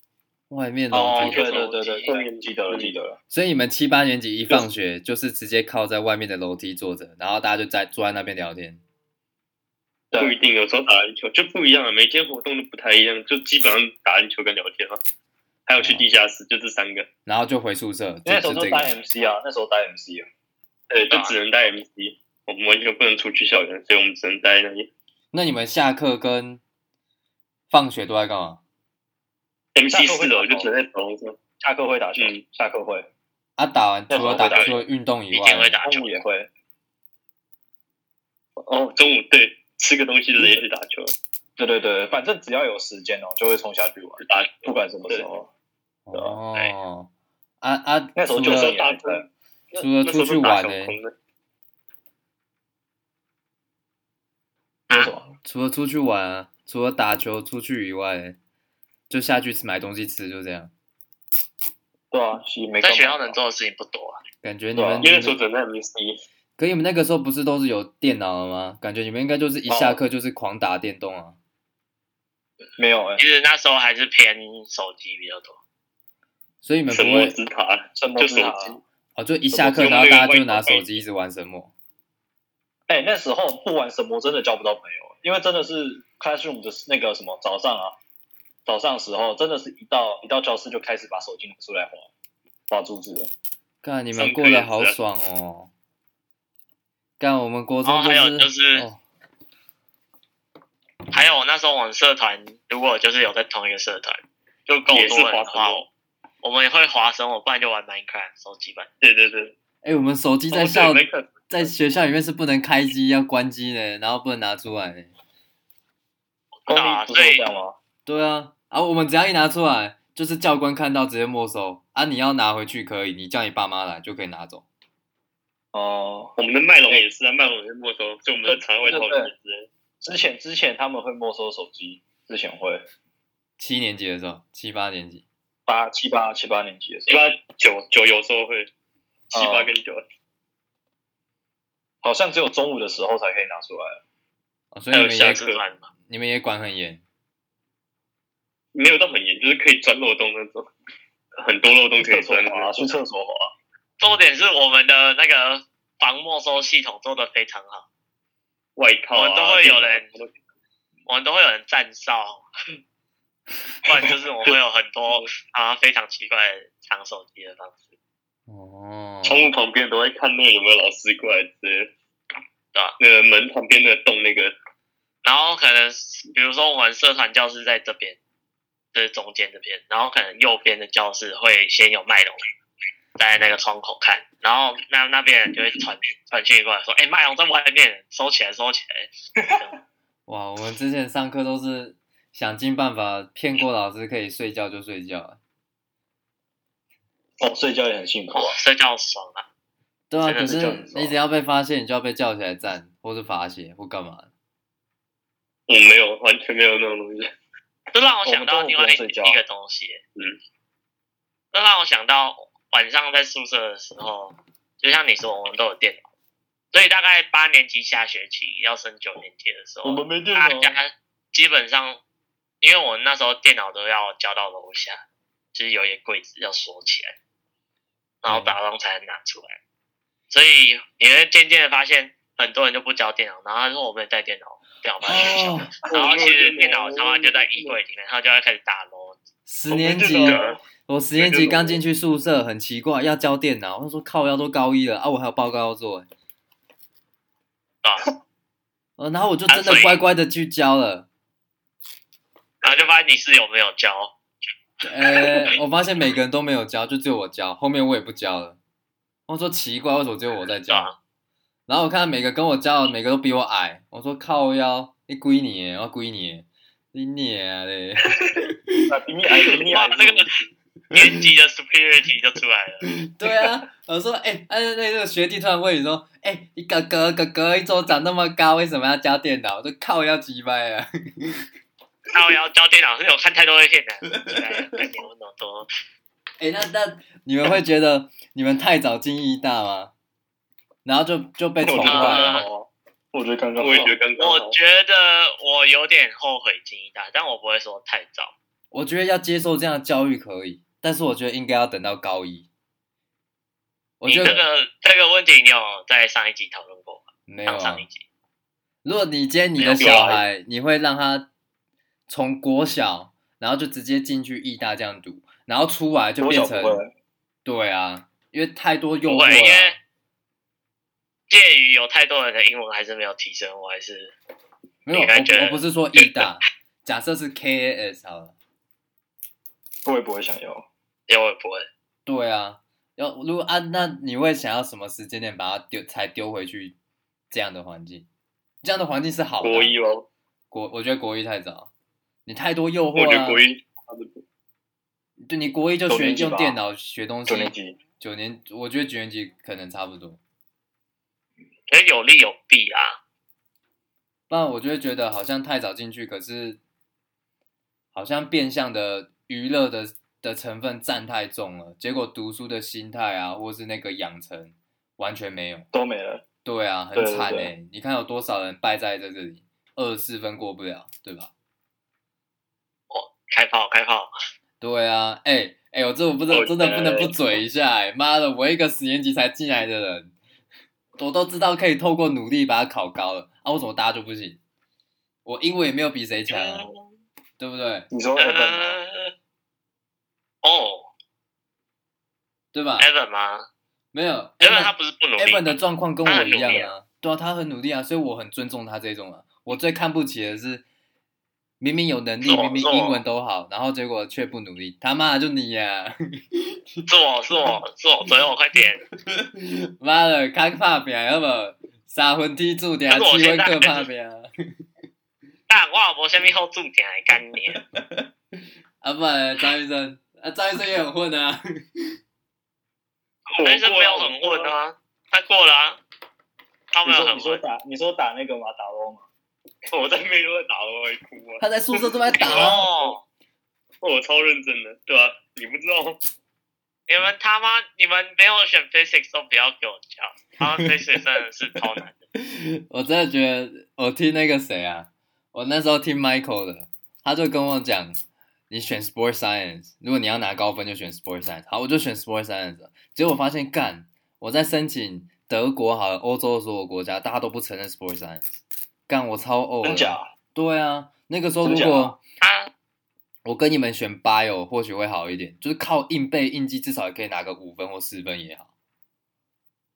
D: 外面
C: 哦
D: 楼，梯，
C: 对对对对，
A: 后面
C: 对记得
D: 嗯
C: 了记得了，
D: 所以你们七八年级一放学就是直接靠在外面的楼梯坐着，然后大家就在坐在那边聊天。
A: 不一
C: 对，
A: 定。有时候打篮球就不一样了，每天活动都不太一样，就基本上打篮球跟聊天啊，还有去地下室，就这三个。
D: 然后就回宿舍，
C: 那
D: 就
C: 时候
D: 是
C: 就
D: 这
C: 带
D: 个。
C: MC 啊，那时候带 MC 啊，
A: 对，就只能带 MC，我们完全不能出去校园，所以我们只能待在那里。
D: 那你们下课跟放学都在干嘛？
A: MC 四楼就只能在走廊上，
C: 下课会打球
A: 嗯，
C: 下课会，
D: 啊，打完
C: 那
D: 除
C: 时候
D: 了打
C: 会打
D: 除了运动以
B: 一定会
D: 外，
B: 打球
C: 中午。也会，
A: 哦，中午对，吃个东西就直接去打球，
C: 对对对，反正只要有时间哦，就会冲下去玩，
A: 打
C: 不管什么时候。对啊
D: 哦，啊啊，
C: 那时候
D: 除
C: 就
D: 了
A: 有时候
C: 是
A: 打
C: 也在
D: 除了
A: 那时候
D: 出去
A: 都打
D: 玩
A: 小
D: 呢
A: 空的，
C: 那什么？
D: 除了出去玩啊，除了打球出去以外，就下去吃买东西吃，就这样。
C: 对啊，也没
B: 在
C: 干嘛
B: 学校能做的事情不多啊。
D: 感觉你们
A: 因
D: 就
A: 为
D: 是
A: 说真的，MSD
D: 可你们那个时候不是都是有电脑了吗？感觉你们应该就是一下
C: 哦
D: 课就是狂打电动啊。
C: 没有哎、
B: 其实那时候还是偏手机比较多。
D: 所以你们不
A: 神魔
D: 会
A: 之塔
C: 什么
A: 就
C: 之
A: 手
C: 塔
A: 机，
D: 哦，就一下课
A: 用
D: 然后
A: 那个
D: 大家就拿
A: 外挂
D: 手机一直玩神魔。
C: 哎、那时候不玩神魔真的交不到朋友，因为真的是 classroom 的那个什么早上啊，早上的时候真的是一到一到教室就开始把手机拿出来划划珠子了。
D: 干，你
A: 上
D: 们
A: 课
D: 过得
A: 也
D: 好
A: 是啊
D: 爽哦！干，我们国中
B: 哦还有
D: 就
B: 就是
D: 哦
B: 还有那时候我们社团，如果就是有在同一个社团，就够
A: 也是
B: 多人
A: 划
B: 的话
A: 生活，
B: 我们也会划生活，不然就玩 Minecraft 手机版。
A: 对对对，
D: 哎、我们手机在
A: 哦
D: 校、
A: 对那个
D: 在学校里面是不能开机，要关机的，然后不能拿出来的。
C: 公
B: 对啊
C: 立不是都这样吗？
D: 对啊，啊，我们只要一拿出来，就是教官看到直接没收啊！你要拿回去可以，你叫你爸妈来就可以拿走。
C: 哦、
A: 我们的麦龙也是啊，麦龙也是没收，就我们的常外套
C: 对对
A: 也是。
C: 之前之前他们会没收手机，之前会
D: 七年级的时候，七八年级，
C: 八七八七八年级的时
A: 七
C: 候，
A: 八九九有时候会七八跟九，
C: 好像只有中午的时候才可以拿出来。
D: 哦、所以
A: 还
D: 你
A: 有
D: 们
A: 下
D: 也
A: 课
B: 吃饭嘛，
D: 你们也管很严。
A: 没有到很严，就是可以钻漏洞那种，很多漏洞可以
C: 去厕所
A: 钻。
C: 滑，去厕所滑。
B: 重点是我们的那个防没收系统做得非常好，
A: 外套
B: 我
A: 啊
B: 们都会有人
A: 电脑啊
B: 我们都会有人站哨， 不然就是我会有很多啊非常奇怪的抢手机的方式，
D: 哦，
A: 窗户旁边都会看那个有没有老师过来之类的。
B: 啊
A: 那个门旁边的洞，那个
B: 然后可能比如说我们社团教室在这边，就是中间这边，然后可能右边的教室会先有麦龙在那个窗口看，然后那那边人就会传传讯过来说，哎、麦龙在外面，收起来，收起来。
D: 哇，我们之前上课都是想尽办法骗过老师，可以睡觉就睡觉。哎
C: 哦，睡觉也很幸福
B: 哇
C: 啊。，
B: 睡觉爽啊！
D: 对啊，
B: 真的
D: 可
C: 是这样
D: 是
C: 子哦
D: 你只要被发现，你就要被叫起来站，或是罚写，或干嘛。
A: 我没有，完全没有那种东西。
B: 这让我想到另外一
C: 我们中午不用睡觉
B: 一个东西，
A: 嗯，
B: 这让我想到晚上在宿舍的时候，就像你说，我们都有电脑，所以大概八年级下学期要升九年级的时候，
C: 我们没电
B: 大
C: 脑，
B: 家基本上，因为我那时候电脑都要交到楼下，就是有一个柜子要锁起来，然后早上才能拿出来，所以你会渐渐的发现，很多人就不交电脑，然后他说我没有带电脑，电脑放在学校，
D: 哦，
B: 然后其实电脑他妈就在衣柜里面，他就要开始打楼，
D: 十年级
A: 我们这个
D: 我十年级刚进去宿舍，很奇怪，要交电脑。我说靠，要都高一了啊，我还有报告要做欸。
B: 啊，
D: 呃，然后我就真
B: 啊
D: 的
B: 所以
D: 乖乖的去交了。
B: 然后就发现你室友没有交，
D: 呃，我发现每个人都没有交，就只有我交。后面我也不交了。我说奇怪，为什么只有我在交
B: 啊？
D: 然后我看到每个跟我交的，每个都比我矮。我说靠腰，你归你耶，我归你耶，你娘嘞！
C: 啊比你矮，比你
B: 哇
C: 矮，，
B: 那个年级的 superiority 就出来了，
D: 对啊，我说，哎、哎、那那个学弟突然问你说，哎、你哥哥哥哥一周长那么高，为什么要教电脑？我说靠，要击败啊！
B: 那我要交电脑是我看太多片了，看你们那么多。
D: 哎、那那 你们会觉得你们太早进义大吗？然后就就被宠
C: 我觉得
D: 坏
C: 刚
D: 了。
C: 刚好啊。我觉得刚刚好
A: 我也觉得刚刚好
B: 我觉得我有点后悔进一大，但我不会说太早。
D: 我觉得要接受这样的教育可以，但是我觉得应该要等到高一。我
B: 你
D: 觉
B: 这
D: 得
B: 个这个问题，你有在上一集讨论过吗？
D: 没有
B: 上
D: 啊
B: 上一。集，
D: 如果你今天你
B: 没
D: 的
B: 有
D: 小
A: 啊
D: 孩，你会让他从国小，然后就直接进去义大这样读，然后出来就
C: 国
D: 变
C: 小不
D: 成
C: 会，
D: 对啊，因为太多诱
B: 不
D: 惑
B: 会
D: 了
B: 因为
D: 啊。
B: 介于有太多人的英文还是没有提升，我还是
D: 没有，
B: 你还觉
D: 我
B: 得
D: 我不是说义大，假设是 KAS 好了。
C: 我也不会想要。
B: 因为我也不会。
D: 对啊，要如果啊，那你会想要什么时间点把它丢才丢回去这样的环境？这样的环境是好的啊。
A: 国一哦，
D: 国，我觉得国一太早，你太多诱惑
A: 我觉
D: 啊。
A: 得国一差不多
D: 对，你国一就
C: 九
D: 学
C: 年级
D: 用
C: 吧
D: 电脑学东西。
C: 九年级，
D: 九年，我觉得九年级可能差不多。
B: 可是有利有弊啊。
D: 不然我就会觉得好像太早进去，可是好像变相的娱乐的的成分占太重了，结果读书的心态啊，或是那个养成完全没有。
C: 都没了。
D: 对啊，很
C: 对对
D: 惨哎、
C: 对
D: 你看有多少人败在在这里，二十四分过不了，对吧？
B: 开炮开炮，
D: 对啊，哎、哎、我这我不知道，
A: 哦
D: 真的不能不嘴一下、哎，妈的，我一个十年级才进来的人，我都知道可以透过努力把它考高了，啊，为什么大家就不行？我英文也没有比谁强、啊，对不对？
C: 你说 Evan 吗
B: 呃，哦
D: 对吧？
B: ，Evan 吗
D: 哎没有
B: ？Evan 他不是不努力
D: Evan 的状况跟
B: 他
D: 我
B: 很
D: 一样
B: 努力
D: 啊，对啊，他很努力啊，所以我很尊重他这种啊。我最看不起的是，明明有能力，
B: 是我
D: 明明
B: 是我
D: 英文都好，然后结果却不努力，他妈的就你啊呀、
B: 是我是我是我，左右快点！
D: 妈的，开怕饼，要么三分踢住点，
B: 可是我
D: 七分
B: 现在
D: 各怕饼，
B: 但我老婆下面后重点来干你，
D: 啊不然张医生，啊张医生也很混啊，
B: 男生没有很混啊，他过了啊，他
C: 你
B: 没有
C: 说
B: 很
C: 你说
B: 混，
C: 打你说打那个吗？打 LO 吗？
A: 我在妹都在打我还哭啊！
D: 他在宿舍都在打啊，
B: 哦，
A: 我超认真的，对吧、你不知道吗？
B: 你们他妈你们没有选 physics 都不要给我教，他们 physics 真的是超难的，
D: 我真的觉得我听那个谁啊，我那时候听 Michael 的，他就跟我讲，你选 Sport Science，如果你要拿高分就选 Sport Science。好，我就选 Sport Science 了。结果我发现，干，我在申请德国好了，欧洲的所有国家，大家都不承认 Sport Science。干，我超呕
C: 真
D: 了。
C: 假？
D: 对啊，那个时候如
C: 真假啊
D: 果
B: 他
D: 我跟你们选 bio 或许会好一点，就是靠硬背硬记，至少也可以拿个五分或四分也好。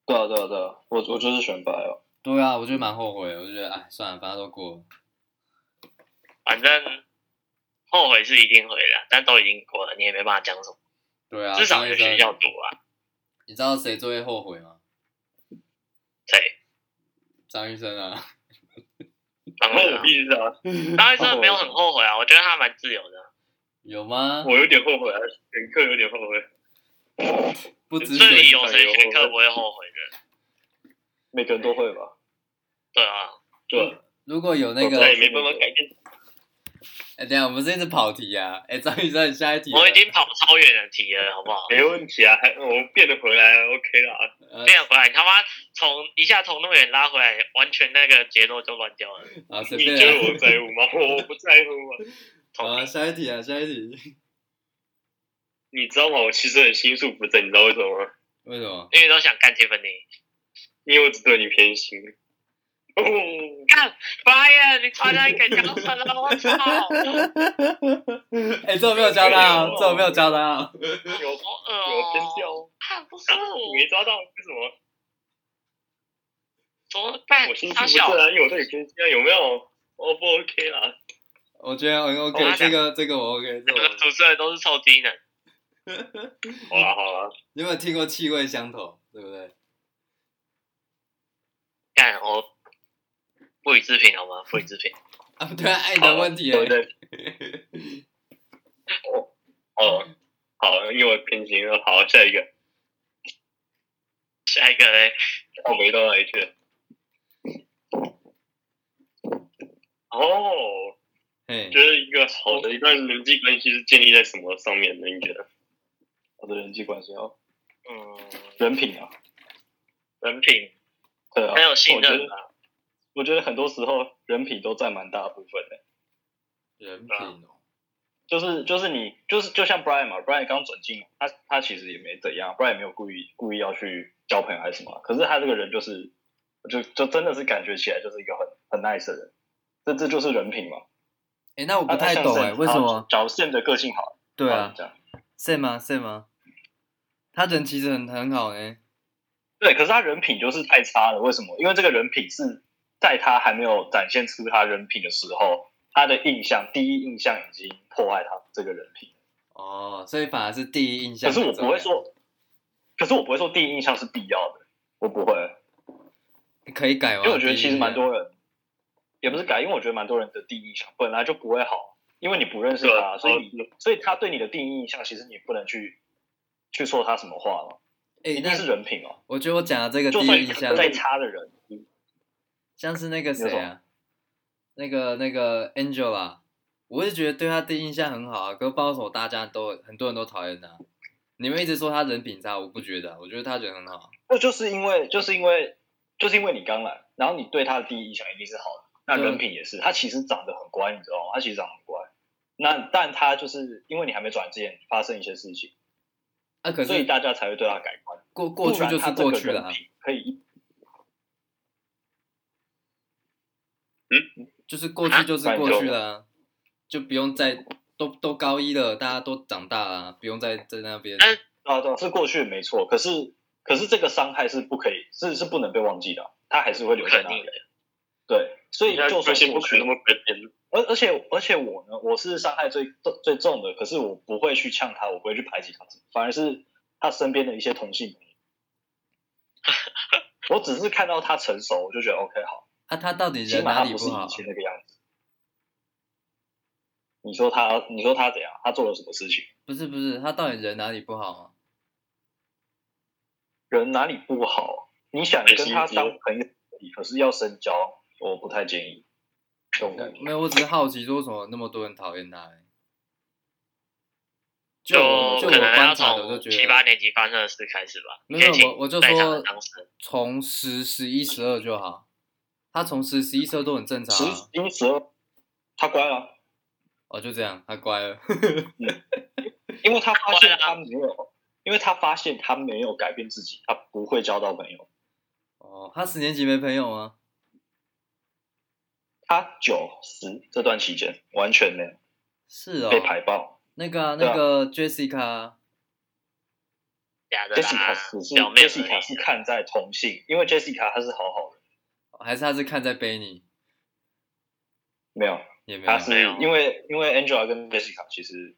C: 对啊对啊对啊，我我就是选白哦。
D: 对啊，我就蛮后悔的，我就觉得哎，算了，反正都过了。
B: 反正后悔是一定会的，啊但都已经过了，你也没办法讲什么，
D: 对啊，
B: 至少
D: 张
B: 有
D: 医生
B: 学校读啊，
D: 你知道谁最会后悔吗？
B: 谁？
D: 张医生啊，
B: 然
A: 然
B: 后
A: 后我必须啊，
B: 当然真的没有很后悔啊，我觉得他蛮自由的，
D: 有吗？
A: 我有点后悔啊，选课有点后悔。
D: 不止
B: 这里
D: 选，
B: 有谁选课不会后悔的？
C: 每个人都会吧？
B: 对啊，
A: 对吧，
D: 如果有那
A: 那
D: 个，
A: 也
D: 哎、
A: 没办法改变。
D: 等一下我们是一直跑题啊。哎、张医生，你下一题啊。
B: 我已经跑超远的题了，好不好？
A: 没问题啊，还我变得回来啊，OK 啦。
D: 呃
B: 变回来，你他妈从一下从那么远拉回来，完全那个节奏就乱掉了。
D: 啊，随
A: 你觉得
D: 便啊。
A: 我在乎吗？ 我不在乎啊。
D: 好啊，下一题啊，下一题。
A: 你知道吗？我其实很心术不正，你知道为什么吗？
D: 为什么？
B: 因为都想干 Tiffany。
A: 因为我只对你偏心。哦，
B: 干 Brian，你传染给江神了，我操！
D: 哎、这我没有教他啊，这我没有教他啊。
A: 有
B: 好恶
A: 有偏
B: 哦、
A: 笑，
B: 看不是
A: 啊你
B: 我，
A: 没抓到，为什么？
B: 怎么办
A: 我心？术
B: 他
A: 不
B: 小
A: 正啊，因为我对你偏心啊，有没有？我不 OK 啦。
D: 我觉得很
B: 我
D: OK，
B: 跟他
D: 这
B: 讲
D: 个这个我 OK，这个我 OK。
B: 主持人都是臭低能。
A: 好啦好啦，
D: 你有没有听过气味相投？对不对？
B: 干我不予置评好吗？不予置评。
D: 啊，对啊，爱的问题、
A: 对
D: 欸
A: 不。 对？哦，好，因为我偏心了。好，下一个，
B: 下一个嘞，
A: 我没到哪里去了？哦，
D: 嘿，
A: 觉得一个好的一段人际关系是建立在什么上面的？你觉得？
C: 我的人际关系哦，
B: 嗯，
C: 人品啊，
B: 人品
C: 对啊
B: 很，有信
C: 我觉
B: 任
C: 得
B: 吧？
C: 我觉得很多时候人品都占蛮大部分的。
D: 人品
B: 啊
D: 哦，
C: 就是就是你就是就像 Brian 嘛，Brian 刚转进，他他其实也没怎样，Brian 也没有故意故意要去交朋友还是什么，啊可是他这个人就是，就就真的是感觉起来就是一个很很 nice 的人，这这就是人品嘛。
D: 哎、那我不
C: 他
D: 太懂哎、为什么？
C: 假如 Sam 啊的个性好，
D: 对啊，
C: 这样
D: Sam 吗？Sam 吗？啊他人其实很很好呢、欸
C: 对，可是他人品就是太差了，为什么？因为这个人品是在他还没有展现出他人品的时候，他的印象第一印象已经破坏他这个人品。
D: 哦，所以反而是第一印象。
C: 可是我不会，说，可是我不会说第一印象是必要的，我不会。
D: 可以改吗？
C: 因为我觉得其实蛮
D: 哦第一印
C: 多人，也不是改，因为我觉得蛮多人的第一印象本来就不会好，因为你不认识
A: 对
C: 他，
A: 啊
C: 所
D: 哦
C: 以你所以他对你的第一印象，其实你不能去去说他什么话嘛，一定
D: 象。哎、
C: 是人品哦。
D: 那我觉得我讲的这个
C: 就
D: 第
C: 算
D: 一
C: 你
D: 印
C: 可
D: 象
C: 能，再差的人，
D: 像是那个
C: 你有
D: 谁
C: 什
D: 啊，那个那个 Angela，我是觉得对他第一印象很好啊，可是不知道为什么大家都很多人都讨厌他。你们一直说他人品差，我不觉得啊，我觉得他人很好。
C: 那就是因为就是因为就是因为你刚来，然后你对他的第一印象一定是好的，那
D: 对
C: 人品也是，他其实长得很乖，你知道吗？他其实长得很乖，那但他就是因为你还没转之前发生一些事情，
D: 啊，可
C: 所以
D: 是
C: 大家才会对他改观。
D: 过过去就是过去了、啊，，
C: 可以
D: 就是过去就是
C: 啊
D: 过去了、啊，就不用再都都高一了，大家都长大了啊、不用再在那边。
B: 但是
C: 啊，对啊，是过去没错，可是可是这个伤害是不可以，是是不能被忘记的啊，他还是会留在那里的。对，所以
A: 他
C: 就
A: 就
C: 算
A: 先不
C: 过
A: 可
C: 去
A: 能那，么白天，
C: 而而且而且我呢，我是伤害最最重的，可是我不会去呛他，我不会去排挤他，反而是他身边的一些同性朋友。我只是看到他成熟，我就觉得 OK 好，
D: 啊，他到底
C: 起
D: 人
C: 码
D: 哪
C: 他
D: 里
C: 不是
D: 好啊
C: 以？前那个样子。你说他，你说他怎样？他做了什么事情？
D: 不是不是，他到底人哪里不好啊？
C: 人哪里不好？你想
A: 没
C: 跟
A: 心
C: 他
A: 机
C: 当朋友可以，可是要深交，我不太建议。这种感觉
D: 没有，我只是好奇，说为什么那么多人讨厌他、欸？就我
B: 就
D: 就
B: 可
D: 我
B: 能要
D: 观察的，我
B: 从
D: 就觉得
B: 七八年级发生的事开始吧。
D: 没有，
B: 可以请
D: 我我就
B: 在场
D: 说
B: 的当事人
D: 从十、十一、十二就好。他从十、十一、十二都很正
C: 十
D: 常、啊。
C: 因十二，他乖了，
D: 哦，就这样，他乖了。
C: 因为他发现
B: 他
C: 他没有，因为他发现他没有改变自己，他不会交到朋友。
D: 哦，他十年级没朋友吗？
C: 他九十这段期间完全没有
D: 是
B: 啊
D: 哦
C: 被，排爆，
D: 那个啊，
C: 对
D: 那
C: 啊
D: 个 Jessica，啊
B: 假的
C: Jessica
B: 啦
C: 只，是
B: 啊表面而
C: Jessica 是
B: 已啊啦。
C: 看在同性，因为 Jessica 她是好好人，
D: 还是他是看在 Benny，
C: 没有，
D: 也没有
C: 她
D: 啊。
C: 是
B: 嗯有
C: 因为因为 Angela 跟 Jessica 其实，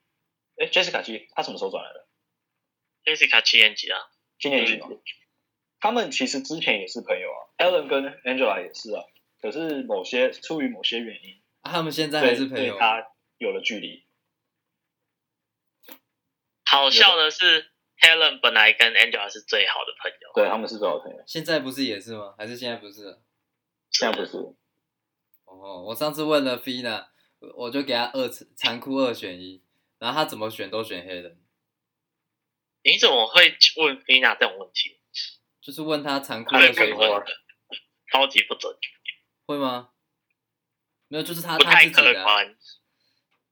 C: 哎，Jessica 其实她什么时候转来的？
B: Jessica 七年级啊，
C: 今年级吗？他们其实之前也是朋友啊，Alan 跟 Angela 也是啊，可是某些出于某些原因，
D: 啊他们现在还
C: 对
D: 是朋友
C: 对。他有了距离。
B: 好笑的是，Helen 本来跟 Angela 是最好的朋友，
C: 对，他们是最好的朋友。
D: 现在不是也是吗？还是现在不是？
C: 现在不是，
D: 哦，我上次问了 Fina，我我就给他二残酷二选一，然后他怎么选都选黑人，
B: 你怎么会问 Fina 这种问题？
D: 就是问他残酷
A: 他在
D: 二
B: 太
D: 选
A: 干
B: 客
D: 一
A: 嘛
B: 观了，超级不准，
D: 会吗？没有，就是他
B: 不
D: 他
B: 太
D: 自己
B: 客
D: 的啊、
B: 观。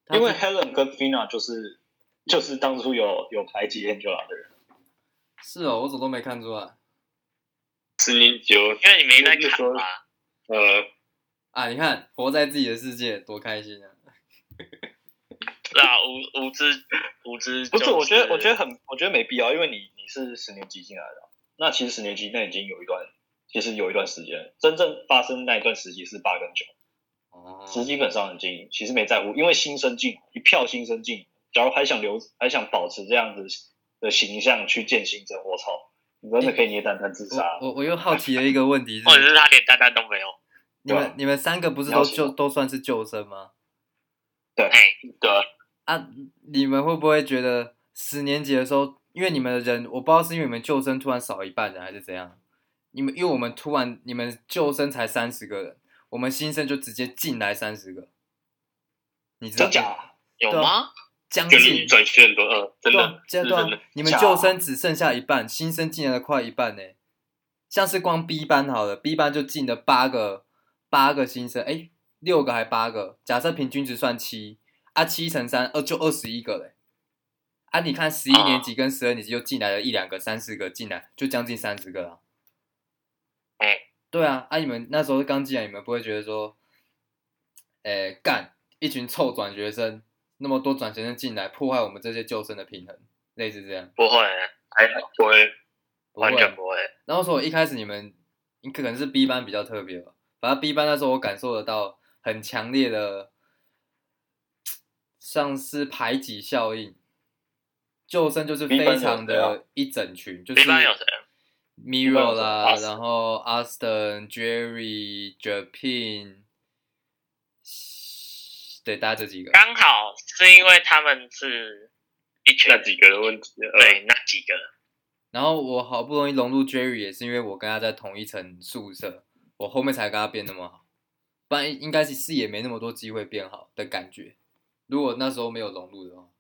D: 他
C: 因为
D: 自
C: Helen 跟 Fina 就是就是当初有有排挤 Angela 的人，
D: 是哦，我怎么都没看出来
A: 十年级哦，
B: 因为你没在
A: 那时候
B: 看吧？
A: 呃，
D: 啊！你看，活在自己的世界多开心啊！
B: 对啊，无无知无知、
C: 不？
B: 就是
C: 我觉得我觉得很，我觉得没必要，因为你你是十年级进来的啊，那其实十年级那已经有一段，其实有一段时间，真正发生那一段时期是八跟九。
D: 哦，
B: 嗯
C: 其实基本上已经其实没在乎，因为新生进来一票新生进来，假如还想留还想保持这样子的形象去见新生，我操，你真的可以捏蛋蛋自杀
B: 嗯
D: 我。我我又好奇了一个问 题
B: 或者
D: 是，
B: 是他连蛋蛋都没有。
D: 你
C: 对
D: 们
C: 啊
D: 你们三个不是
C: 你要
D: 都
C: 什么
D: 就都算是救生吗？
C: 对
B: 哎，
A: 对啊，
D: 啊，你们会不会觉得十年级的时候，因为你们的人，我不知道是因为你们救生突然少一半人，还是怎样？你们因为我们突然你们救生才三十个人，我们新生就直接进来三十个，你知道
C: 真
B: 嗯
C: 假？
B: 有
D: 对啊
B: 吗？
D: 将
A: 跟你
D: 近
A: 转学很多，嗯，真
D: 对
A: 的
D: 啊，这
A: 是
D: 对啊
A: 真的，
D: 你们
C: 假
D: 旧生只剩下一半，新生进来了快一半呢。像是光 B 班好了，B 班就进了八个八个新生，哎，六个还八个，假设平均值算七，啊，七乘三二就二十一个嘞。啊，你看十一
B: 啊
D: 年级跟十二年级又进来了一两个、三四个进来，就将近三十个了。
B: 哎，
D: 对啊，啊，你们那时候刚进来，你们不会觉得说，哎，干一群臭转学生，那么多转学生进来，破坏我们这些旧生的平衡，类似这样。
B: 不会，
A: 还好不会，
D: 不会
B: 完。全不会。
D: 然后说，一开始你们，你可能是 B 班比较特别吧。反正 B 班那时候我感受得到很强烈的，像是排挤效应。救生就是非
C: B 班
D: 常
C: 有谁啊
D: 的一整群，就是
B: B 班有谁啊
D: Miro
C: 班
D: 啦，
C: 有谁
D: 然后 Austin、Jerry、Japan，对，大概这几个。
B: 刚好是因为他们是一群
A: 那几个的问题，呃，
B: 对那几个，
D: 然后我好不容易融入 Jerry，也是因为我跟他在同一层宿舍，我后面才跟他变那么好，不然应该是是也没那么多机会变好的感觉。如果那时候没有融入的话，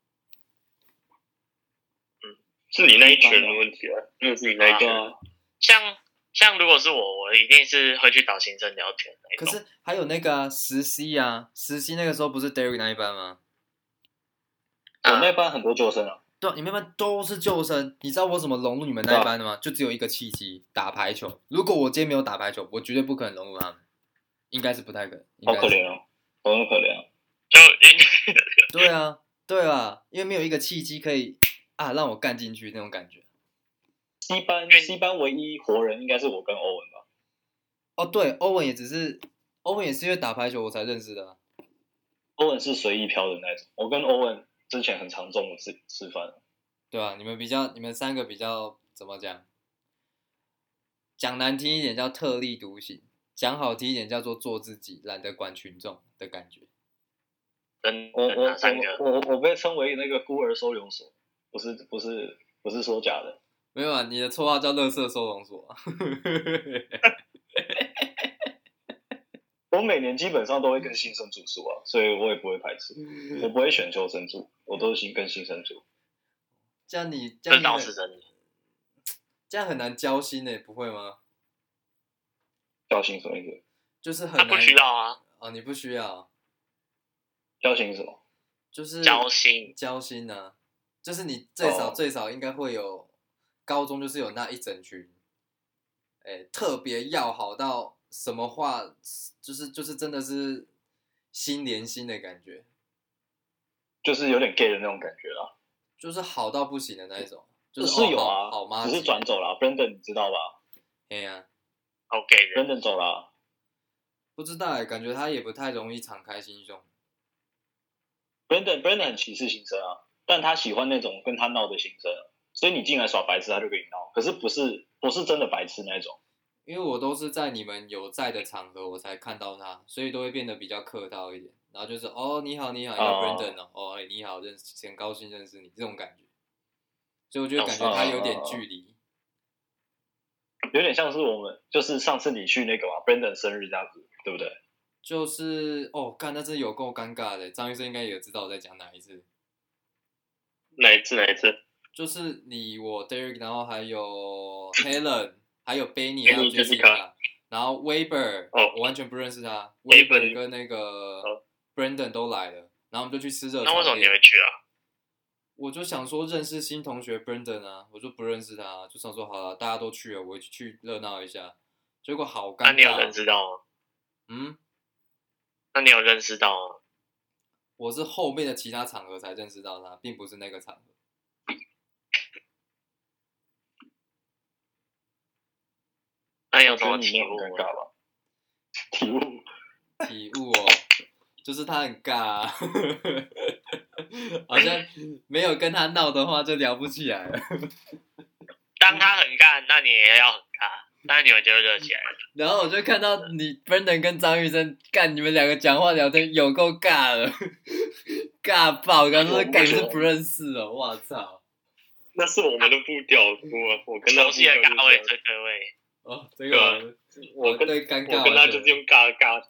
A: 是你那一圈的问题啊，那是你那一
C: 对
A: 圈。
B: 嗯
C: 啊，
B: 像像如果是我，我一定是会去找新生聊天那一
D: 可
B: 种。
D: 是还有那个啊实习啊，实习那个时候不是 Derry 那一班吗？
C: 我们那班很多救生啊，
D: 对啊，你们那班都是救生，你知道我怎么融入你们那一班的吗？就只有一个契机，打排球。如果我今天没有打排球，我绝对不可能融入他们，应该是不太可能。应
C: 好
D: 该是
C: 可怜哦，
B: 嗯
C: 我很可怜啊。
B: 就应
D: 对啊，对啊，因为没有一个契机可以啊让我干进去那种感觉。
C: 西班
B: 对
C: 西班唯一活人应该是我跟欧文吧，
D: 哦，对，欧文也只是欧文也是因为打排球我才认识的、啊。
C: 欧文是随意飘的那种，我跟欧文之前很常中午吃吃饭，
D: 对啊，你们比较，你们三个比较怎么讲？讲难听一点叫特立独行，讲好听一点叫做做自己，懒得管群众的感觉。
B: 真
C: 我
B: 的
C: 我
B: 那三个，
C: 我我我被称为那个孤儿收容所，不是不是不是说假的，
D: 没有啊，你的绰号叫“乐色收容所啊”，
C: 我每年基本上都会跟新生住宿啊，所以我也不会排斥，
D: 嗯
C: 我不会选修生住，我都是跟新生住。
D: 这样你这样
B: 这
D: 你
B: 倒
D: 很
B: 是真的。
D: 这样很难交心呢、不会吗？
C: 交心什么意思？
D: 就是很
B: 他
D: 难
B: 不需要啊，
D: 哦，你不需要，
C: 交心什么？
D: 就是
B: 交心。
D: 交心呢、啊，就是你最少
C: 哦
D: 最少应该会有，高中就是有那一整群，哎、特别要好到什么话，就是就是真的是心连心的感觉，
C: 就是有点 gay 的那种感觉啦，
D: 就是好到不行的那一种，就是
C: 是有
D: 哦、
C: 啊，
D: 好好吗？
C: 只是转，走了、b r e n d a n 你知道吧
D: 哎呀、
B: OK 的，
C: ？Brendan 走了啊、
D: 不知道哎、感觉他也不太容易敞开心胸，
C: Brandon Brandon 很歧视新生啊，但他喜欢那种跟他闹的新生，所以你进来耍白痴，他就跟你闹。可是不是不是真的白痴那种，
D: 因为我都是在你们有在的场合我才看到他，所以都会变得比较客套一点，然后就是哦你好你好，要
C: 哦
D: Brandon 哦，哦哎你好认识，很高兴认识你这种感觉，所以我就会感觉
C: 哦
D: 他有点距离，
C: 有点像是我们就是上次你去那个嘛，Brandon 生日这样子，对不对？
D: 就是哦干，那真的有够尴尬的，张医生应该也知道我在讲哪一次，
A: 哪一次？哪一次？
D: 就是你我 Derek，然后还有 Helen，还有 Benny，
A: Benny，
D: 还有 Jessica，
A: Jessica
D: 然后 Weber，、
A: 哦
D: 我完全不认识他
A: Weber
D: ，Weber 跟那个
A: 哦
D: Brandon 都来了，然后我们就去吃热
B: 那为什
D: 炒
B: 么你
D: 店。
B: 会去啊？
D: 我就想说认识新同学 Brandon 啊，我就不认识他、就想说好了，大家都去了，我也去热闹一下。结果好
B: 那
D: 尴
B: 啊你有认
D: 尬，
B: 识到吗？
D: 嗯，
B: 那你有认识到吗？
D: 我是后面的其他场合才认识到他，并不是那个场合。
B: 那你有
C: 我
B: 什
C: 觉得
B: 么
C: 你没
B: 体
C: 有
B: 悟
C: 很尴
B: 吗？
C: 尬吧？体悟
D: 体悟哦，就是他很尬、啊， 好像没有跟他闹的话就聊不起来了。
B: 当他很干，那你也要很干，那你们就热起来了。
D: 然后我就看到你 Brandon 跟张玉生干，你们两个讲话聊天有够尬的， 尬爆！我刚说感觉是不认识哦，我操！
A: 那是我们的步调，我我跟他
B: 熟
A: 步
B: 悉的
A: 调就是
B: 尬位，
A: 这
B: 这个位，
D: 哦，这
A: 对
D: 个
A: 啊我跟
D: 对尴尬
A: 样，我跟他就是用尬尬。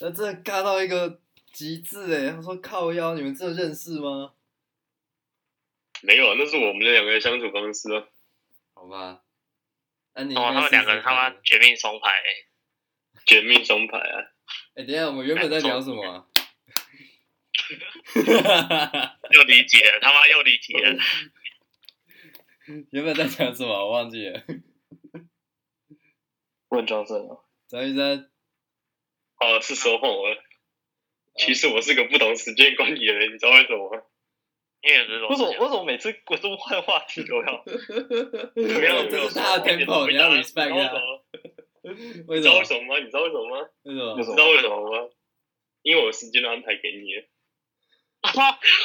D: 那真的尬到一个极致哎！他说靠腰，你们真的认识吗？
A: 没有，那是我们两个的相处方式啊。
D: 好吧，那啊你应该
B: 哦，他们
D: 试试
B: 两个人他妈
D: 看
B: 绝命松牌，
A: 绝命松牌啊，
D: 哎、等一下，我们原本在聊什么、啊？
B: 又离题了，他妈又离题
A: 啊
B: 了。
D: 原本在讲什么？啊我忘记了。
C: 问庄正啊，
D: 张医生，
A: 哦，是时候了。其实我是个不懂时间管理的人，你知道为什么吗？
B: 因为是
C: 为什么
B: 罗
C: 为什么每次我都换话题都要？
A: 没有，没
D: 这
A: 有
D: 是他的 tempo，你要 respect 他。为
A: 你
D: 什
A: 知道
D: 么
A: 为？什么吗？你知道为什么吗？
D: 为什
C: 为
D: 么？
C: 什
A: 你
C: 么
A: 知道为什么吗？因为我时间都安排给你了。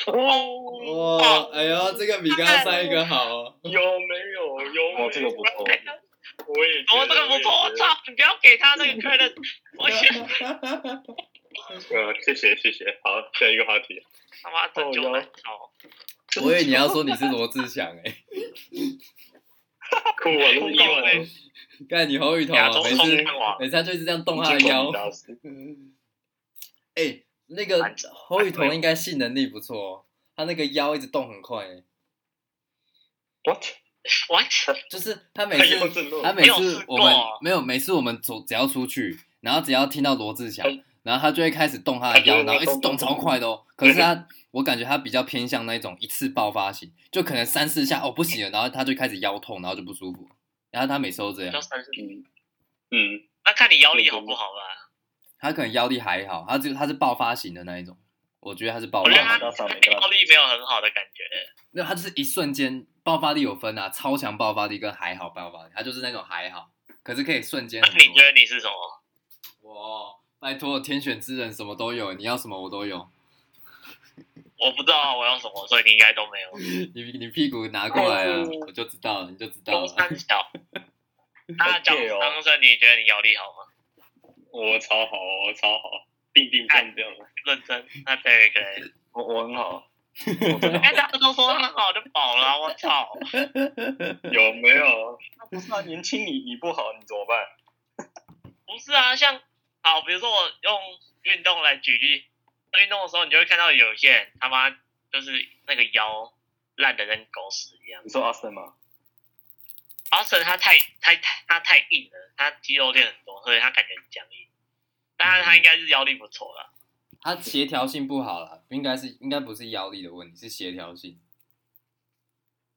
B: 哦，
D: 哇，哎呦，这个比刚刚上一个好哦。
A: 有没有？有没有？
C: 哦，这个不错，
A: 我也觉得。
B: 我哦这个不错，
A: 我
B: 我
A: 也觉得
B: 操！你不要给他那个 credit，我去
A: 呃，谢谢谢谢，好，下一个话题。
B: 他妈拯救难招。
D: 我以为你要说你是罗志祥哎、
A: 酷啊， 那是意外，
D: 看你侯雨桐
B: 亚
D: 啊
B: 洲，
D: 每
B: 冲
D: 次
B: 浪王，
D: 嗯每次他就一直这样动他的
A: 经管
D: 腰
A: 理。大师
D: 哎、那个
B: 蛮准
D: 侯雨桐应该性能力不错哦，他那个腰一直动很快欸耶，
C: What？
B: What？
D: 就是他每
A: 他腰
D: 次
A: 震动
C: 啊
D: 他每
B: 没有
D: 次
B: 试
D: 我
B: 过
D: 们没有每次我们走只要出去，然后只要听到罗志祥，然后他就会开始动他的腰，
A: 他就会
D: 然后一直动超快的哦。可是他我感觉他比较偏向那一种一次爆发型，就可能三四下哦不行了，然后他就开始腰痛，然后就不舒服。然后他每次都这样
B: 就，算是
A: 嗯嗯，
B: 那看你腰力好不好吧。
D: 他可能腰力还好，他就他是爆发型的那一种，我觉得他是爆
B: 我觉得
D: 发
B: 他
D: 型，
B: 他腰力没有很好的感觉，
D: 那他就是一瞬间爆发力有分啊，超强爆发力跟还好爆发力，他就是那种还好，可是可以瞬间
B: 那
D: 很多。
B: 你觉得你是什么？
D: 我拜托，天选之人什么都有，你要什么我都有。
B: 我不知道我要什么，所以你应该都没有。
D: 你你屁股拿过
B: 哎
D: 来啊，我就知道了，你就知道
B: 中
D: 了。
B: 三小，那讲张生，你觉得你腰力好吗？
A: 我超好，我超好，定定
B: 哎
A: 站这样。
B: 认真，那 Terry 可能，
C: 我我很好，
B: 哎，大家都说很好就饱了啊，我操！
A: 有没 有？
C: 那不是啊，年轻你你不好，你怎么办？
B: 不是啊，像好，比如说我用运动来举例，运动的时候你就会看到有些人他妈就是那个腰烂的跟狗屎一样。
C: 你说阿森吗？
B: 阿神他太太太他太硬了，他肌肉练很多，所以他感觉很僵硬。当然他应该是腰力不错啦，
D: 他协调性不好啦，应该是应该不是腰力的问题，是协调性。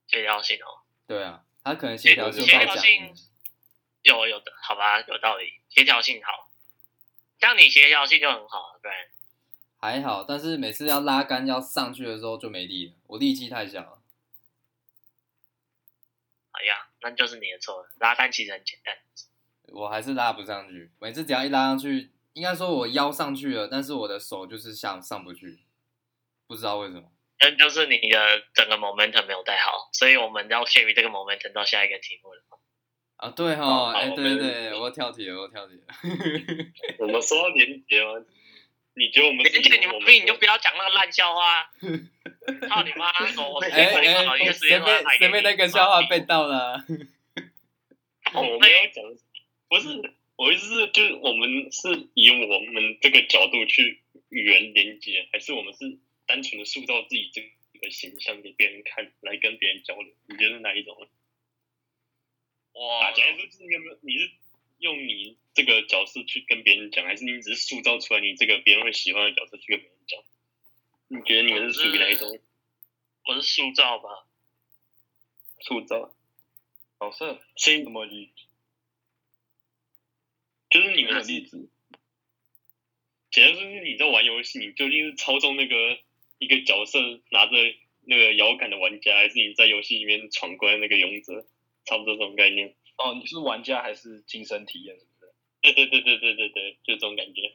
B: 协调性哦，
D: 对啊，他可能协调性
B: 协
D: 太
B: 调
D: 强
B: 性
D: 了。
B: 有有的好吧，有道理，协调性好。像你协调性就很好，对，
D: 还好，但是每次要拉杆要上去的时候就没力了，我力气太小了。
B: 哎呀，那就是你的错了。拉杆其实很简单，
D: 我还是拉不上去，每次只要一拉上去，应该说我腰上去了，但是我的手就是上上不去，不知道为什么。
B: 但就是你的整个 momentum 没有带好，所以我们要限于这个 momentum 到下一个题目了。
D: 啊，对
B: 哦
A: 好
D: 哈，
A: 好
D: 哎、
A: 我
D: 对对
A: 们
D: 对，我跳题了，我跳题 了。
A: 我们说到连结吗？你觉得我们
B: 而
A: 是
B: 且你
A: 我
B: 们
A: 们
B: 不，你就不要讲那个烂笑 话啊。操你妈！哦我我时
D: 哎
B: 间管理不好，
D: 哎，
B: 一个时
D: 谁
B: 间管理
D: 被谁被那个笑话被到了 啊？
A: 我们要讲，不是，我意思是，就是我们是以我们这个角度去与人连接，还是我们是单纯的塑造自己这个形象给别人看，来跟别人交流？你觉得哪一种？
B: 我
A: 打起来是不是你有没有？你是用你这个角色去跟别人讲，还是你只是塑造出来你这个别人会喜欢的角色去跟别人讲？你觉得你们是属于哪一种
B: 我是塑造吧，
A: 塑造？
C: 老色
A: 先
C: 什么你
A: 就是你
C: 举个
A: 们
C: 例
A: 是，
C: 子？
A: 简单说就是你在玩游戏，你究竟是操纵那个一个角色拿着那个摇杆的玩家，还是你在游戏里面闯关那个勇者？差不多这种概念。
C: 哦，你是玩家还是亲身体验？是不是？
A: 对对对对对对对，就这种感觉。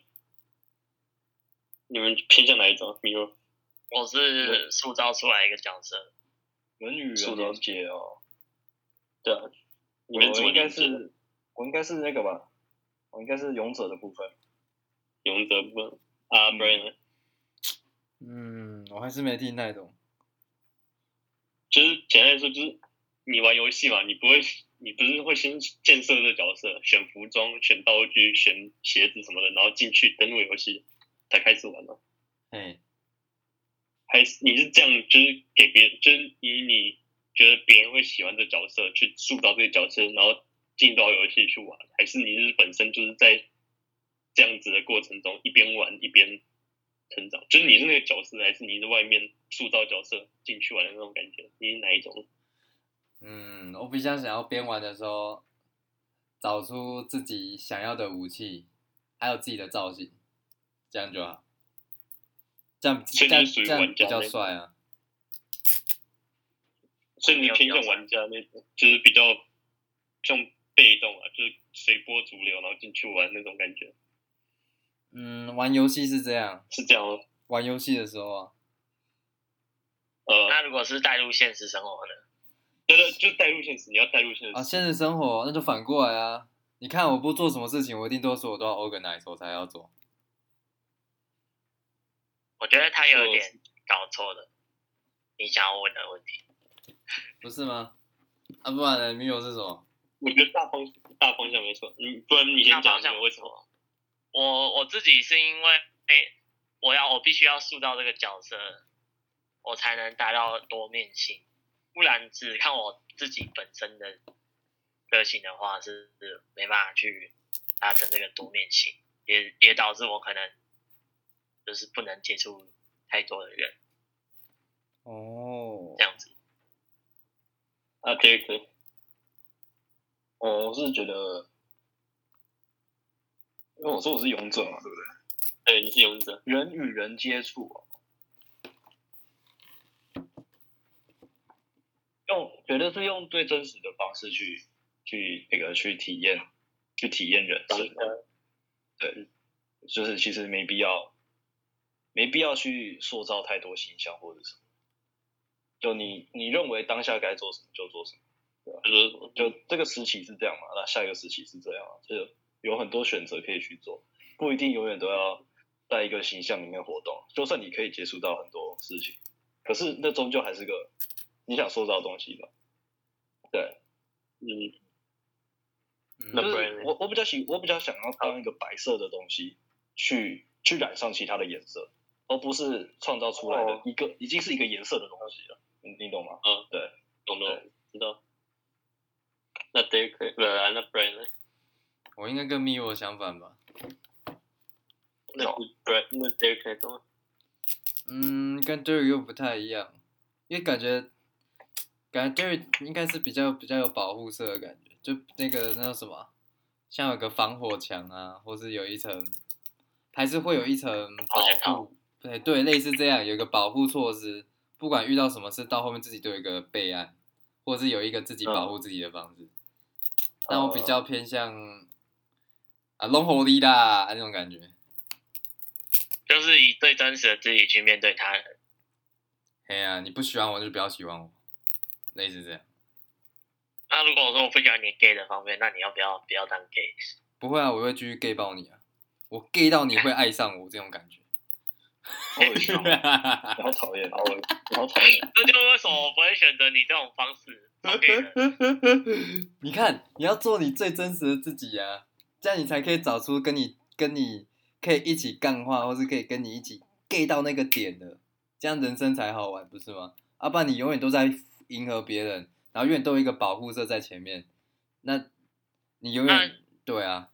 A: 你们偏向哪一种？米欧？
B: 我是塑造出来一个角色。
C: 人与
A: 是
C: 人
A: 的
C: 连接哦。
A: 对啊，你们
C: 我
A: 怎么
C: 应该
A: 理解
C: 是我应该是那个吧，我应该是勇者的部分。
A: 勇者不啊，不然呢
D: 嗯，我还是没听太懂。
A: 就是简单来说，就是你玩游戏嘛，你不会，你不是会先建设这个角色，选服装、选道具、选鞋子什么的，然后进去登录游戏才开始玩嘛？
D: 哎，
A: 还是你是这样，就是给别人，就是以你觉得别人会喜欢这角色去塑造这个角色，然后进到游戏去玩，还是你是本身就是在这样子的过程中一边玩一边成长？就是你是那个角色，还是你是外面塑造角色进去玩的那种感觉？你是哪一种？
D: 嗯，我比较想要边玩的时候，找出自己想要的武器，还有自己的造型，这样就好。这样
A: 所
D: 这
A: 以
D: 样
A: 你是属于
D: 这样
A: 玩
D: 比
A: 家
D: 较
A: 类
D: 帅啊！
A: 所以你偏向玩家那种，就是比较像被动啊，就是随波逐流，然后进去玩那种感觉，
D: 嗯，玩游戏是这样，
A: 是这样吗？
D: 玩游戏的时候啊，
A: 呃，
B: 那如果是带入现实生活呢？
A: 对对，就是带入现实，你要带入现实
D: 啊，。现实生活那就反过来啊！你看我不做什么事情，我一定都说我都要 organize 我才要做。
B: 我觉得他有点搞错了。你想要问的问题，
D: 不是吗？啊，不然呢？米友是什么？
A: 我觉得大方大方向没错，你不然你先
B: 那
A: 讲
B: 方
A: 一下
B: 向
A: 为什么？
B: 我我自己是因为，哎、我要我必须要塑造这个角色，我才能达到多面性，不然只看我自己本身的个性的话，是是没办法去达成这个多面性，也也导致我可能就是不能接触太多的人
D: 哦
B: 这，样子。
A: 啊，杰克，
C: 哦我是觉得，因为我说我是勇者嘛，对不对？
A: 对，哎你是勇者，
C: 人与人接触、哦，用觉得是用最真实的方式去去那个去体验，去体验人
A: 当
C: 生。哦对，就是其实没必要，没必要去塑造太多形象或者什么。就你你认为当下该做什么就做什么，
A: 就是什么
C: 就这个时期是这样嘛，那下一个时期是这样啊，就有很多选择可以去做，不一定永远都要在一个形象里面活动。就算你可以接触到很多事情，可是那终究还是个你想塑造的东西嘛。对，
A: 嗯，
C: 就
A: 那
D: 嗯
A: 不
C: 是
A: 然
C: 我我比较喜我比较想要当一个白色的东西，去去染上其他的颜色，而不是创造出来的
A: 哦
C: 一个、已经是一个颜色的东西了，你 你懂吗？
A: 懂懂，知道。那杰克，不然那不然呢？
D: 我应该跟 Mio 相反吧？
A: 那不然那杰克怎么？
D: 嗯，跟 Jerry 又不太一样，因为感觉感觉 Jerry 应该是比较比较有保护色的感觉，就那个那叫什么啊，像有个防火墙啊，或是有一层，还是会有一层保护，对对，类似这样有一个保护措施，不管遇到什么事，到后面自己都有一个备案，或是有一个自己保护自己的方式。但我比较偏向啊龙火力啦那种感觉，
B: 就是以最真实的自己去面对他人。
D: 嘿呀、你不喜欢我就不要喜欢我，类似这样。
B: 那如果我说我不喜欢你 gay 的方面，那你要不要不要当 gay？
D: 不会啊，我会继续 gay 爆你啊！我 gay 到你会爱上我这种 感觉。
C: 好恶心哦，你好讨厌，好恶，你好讨厌。
B: 这就是为什么我不会选择你这种方式当 gay 人。
D: 你看，你要做你最真实的自己啊，这样你才可以找出跟你跟你可以一起干话，或是可以跟你一起 gay 到那个点的，这样人生才好玩，不是吗？要、不然你永远都在迎合别人，然后永远都有一个保护色在前面，那你永远、
B: 那
D: 对啊，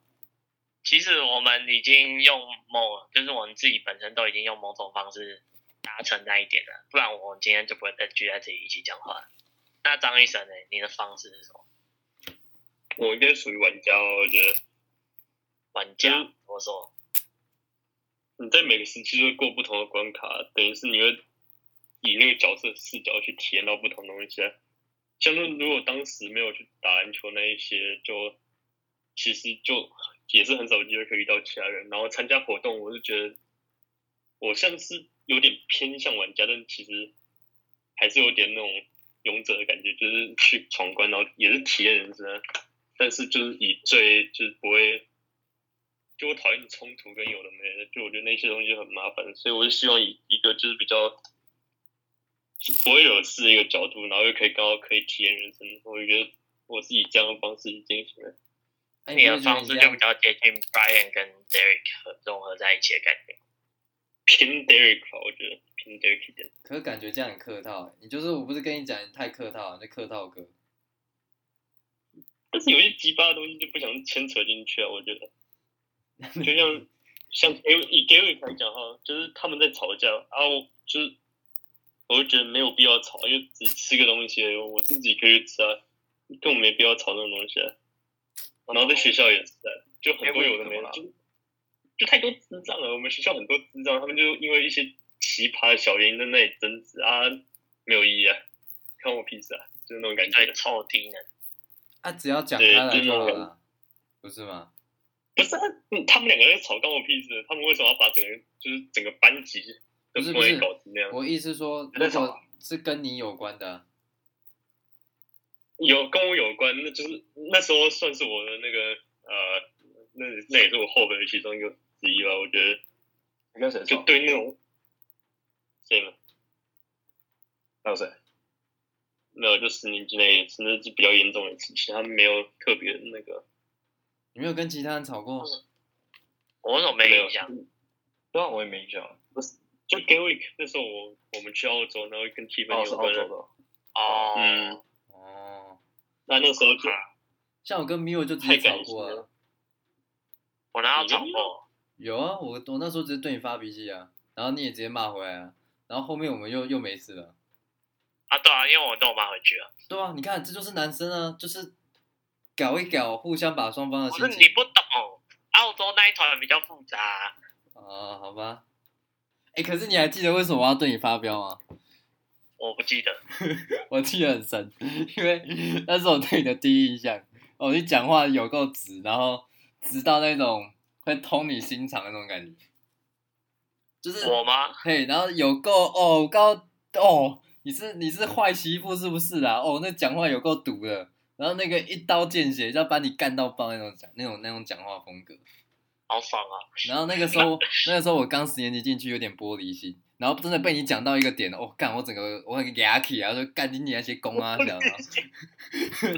B: 其实我们已经用某，就是我们自己本身都已经用某种方式达成那一点了，不然我们今天就不会再聚在这里一起讲话。那张医生呢？你的方式是什么？
A: 我应该属于玩家哦，我觉得
B: 玩家
A: 嗯，
B: 我说
A: 你在每个时期都过不同的关卡，等于是你会以那个角色视角去体验到不同东西啊。像是如果当时没有去打篮球那一些，就其实就也是很少有机会可以遇到其他人。然后参加活动，我是觉得我像是有点偏向玩家，但其实还是有点那种勇者的感觉，就是去闯关，然后也是体验人生啊，但是就是以最就是不会就我讨厌冲突跟有的没的，就我觉得那些东西很麻烦，所以我就希望以一个就是比较就不会惹事的一个角度，然后又可以刚好可以体验人生，我就觉得我是以这样的方式去进行的。
D: 哎、
B: 你
D: 不
B: 的
D: 会觉得
B: 方式
D: 这
B: 就
D: 样
B: 比较接近 Brian 跟 Derek 合融合在一起的感觉。
A: 偏 Derek 吧，我觉得偏 Derek 一点。
D: 可是感觉这样很客套、欸，你就是我不是跟你讲你太客套了，那客套哥。
A: 但是有一些鸡巴的东西就不想牵扯进去啊，我觉得，就像像给以 g a 来讲哈，就是他们在吵架啊，我就是我就觉得没有必要吵，因为只是吃个东西而已，我自己可以吃啊，根本没必要吵那种东西、啊。然后在学校也是啊，就很多有的没的，就就太多智障了。我们学校很多智障，他们就因为一些奇葩的小原因在那里争执啊，没有意义啊，看我屁事啊，就是那种感觉
B: 对，。臭低能，
D: 啊，只要讲
A: 对
D: 开来
A: 真
D: 就
A: 的
D: 好
A: 很
D: 了，不是吗？
A: 不是、啊，嗯他们两个在吵，关我屁事。他们为什么要把整个就是整个班级都
D: 不是
A: 弄
D: 不
A: 得
D: 是
A: 搞成那样？
D: 我意思说，
C: 在
D: 如
C: 吵
D: 果是跟你有关的，啊
A: 有跟我有关，那就是那时候算是我的那个呃，那那也是我后悔的其中一个之一吧。我觉得
C: 你跟谁
A: 就
C: 吵？
A: 对那种，对吗？
C: 还有谁？
A: 没有，就十年之内真的是比较严重的事情，他们没有特别那个
D: 你没有跟其他人吵过
B: 嗯？我为什么没
A: 没有
B: 印象？
C: 对啊，我也没印象。
A: 就 g a w i c k 那时候我我们去澳洲，然后跟 Tiffany
C: 哦，是
A: 有
C: 澳
A: 关
C: 洲
A: 的。
C: 的。
B: 哦，
A: 嗯，
D: 哦，
A: 那那时候就
D: 像我跟 Mio 就直接
A: 太感
D: 吵过
A: 性
D: 啊
A: 了，
B: 我哪有 找过？
D: 有啊，我我那时候只是对你发脾气啊，然后你也直接骂回来啊，然后后面我们又又没事了。
B: 啊，对啊，因为我跟我妈回去了。
D: 对啊，你看这就是男生啊，就是搞一搞，互相把双方的
B: 不
D: 心
B: 是
D: 情
B: 你不懂，澳洲那一团比较复杂、
D: 啊、好吧。哎、可是你还记得为什么我要对你发飙吗？
B: 我不记得。
D: 我记得很深，因为那是我对你的第一印象。哦，你讲话有够直，然后直到那种会通你心肠的那种感觉，就是
B: 我吗？
D: 嘿，然后有够哦高哦，你是你是坏媳妇是不是啊？哦，那讲话有够毒的，然后那个一刀见血，要把你干到爆那种讲那种那种讲话风格。
B: 好爽啊！
D: 然后那个时候，那个时候我刚十年级进去，有点玻璃心，然后真的被你讲到一个点，哦，干，我整个我很牙起啊，说干你你那些公啊，这样啊，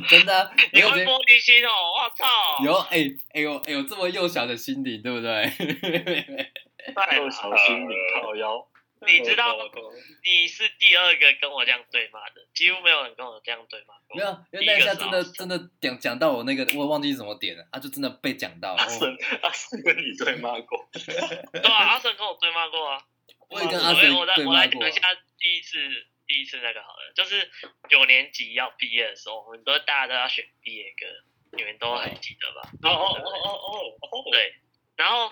D: 真的啊、
B: 你
D: 我
B: 会
D: 有觉得
B: 玻璃心哦！我操！
D: 有哎哎呦哎呦，这么幼小的心灵，对 不对？
B: 对
C: 又
B: 啊
C: 小心灵靠腰，
B: 你知道
A: 我懂我懂
B: 你是第二个跟我这样对骂的，几乎没有人跟我这样对骂过。
D: 没有，因为那一下真的真的讲讲到我那个，我忘记是什么点了，啊，就真的被讲到，
C: 阿
D: 哦
C: 胜阿
A: 啊
C: 胜跟你对骂过，
B: 对啊，阿胜跟我对骂过啊。
D: 我也跟阿
B: 我
D: 森
B: 我来
D: 对
B: 我
D: 骂
B: 来
D: 过
B: 讲
D: 啊
B: 一。下第一次第一次那个好了，就是九年级要毕业的时候，我们都大家都要选毕业歌，你们都还记得吧？
A: 哦哦哦哦哦哦，
B: 对，然后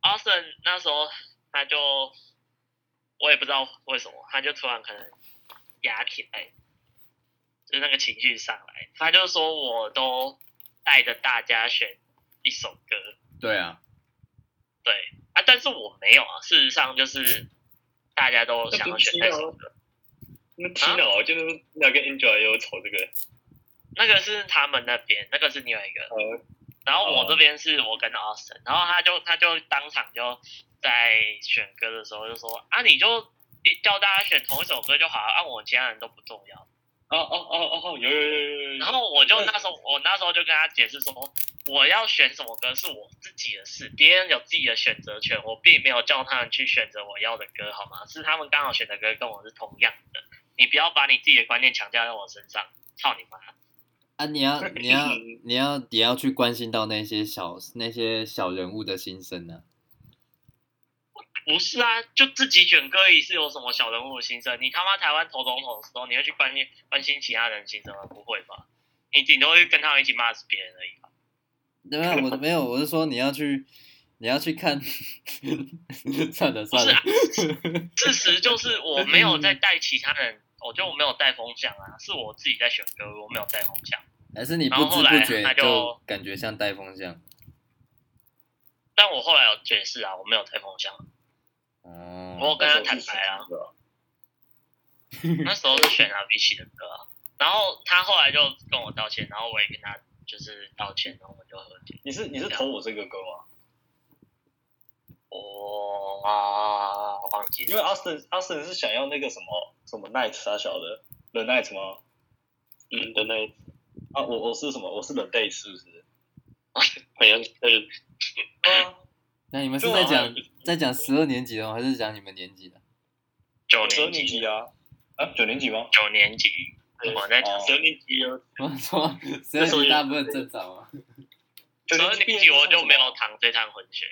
B: 阿胜那时候他就我也不知道为什么，他就突然可能压起来，就是那个情绪上来，他就说我都带着大家选一首歌，
D: 对啊，
B: 对啊，但是我没有啊。事实上就是大家都想要选那首歌，啊
A: 那 Tina 我记得那跟 Angel 也有吵这个，
B: 那个是他们那边，那个是另外一个。
A: 呃，
B: 然后我这边是我跟 Austin，然后他就他就当场就在选歌的时候就说啊，你就一叫大家选同一首歌就好啊，啊我其他人都不重要。
A: 哦哦哦哦哦，有有有有有有，
B: 然后我就那时候 我那时候就跟他解释说，我要选什么歌是我自己的事，别人有自己的选择权，我并没有叫他们去选择我要的歌，好吗？是他们刚好选的歌跟我是同样的，你不要把你自己的观念强加在我身上，操你妈！
D: 啊，你要你要
A: 嗯
D: 你要也要去关心到那些小那些小人物的心声啊呢、
B: 不是啊，就自己选歌一是有什么小人物的心声？你他妈台湾投总统的时候，你会去关心关心其他人的心声吗？不会吧？你顶多会跟他们一起骂死别人而已吧？
D: 对啊，我没有，我是说你要去你要去看， 算 了
B: 不
D: 算
B: 是
D: 了
B: 啊，事实就是我没有在带其他人，我就没有带风向啊，是我自己在选歌，我没有带风向。
D: 还是你不
B: 然后
D: 知
B: 后来
D: 不觉
B: 他就
D: 就感觉像带风向
B: 但我后来有解释啊，我没有带风向，
D: 哦。
B: 我有跟他坦白啊。那时候是选阿 B 奇的歌啊、然后他后来就跟我道歉，然后我也跟他就是道歉，然后我们就和解。
C: 你是你是投我这个歌吗？
B: 我、啊，忘记
C: 因
B: 了，
C: 为阿胜阿胜是想要那个什么什么 night 啥小的 the night 吗？
A: 嗯的那一次，
C: 啊，我我是什么？我是 the day 是不是？
A: 好像是
C: 啊，
D: 那你们是
C: 就
D: 在
C: 好
D: 讲
C: 像
D: 在讲十二年级的吗？还是讲你们年级的？
B: 九
C: 九
B: 年
C: 年级
B: 级，
C: 啊，啊九年级吗？
B: 九年级，我在讲
C: 哦
A: 十年级啊，
D: 我说十二年级大部分正常啊。
C: 九
B: 十二
C: 毕业
B: 年级
C: 是
B: 我
C: 什么
B: 就没有淌这趟浑水。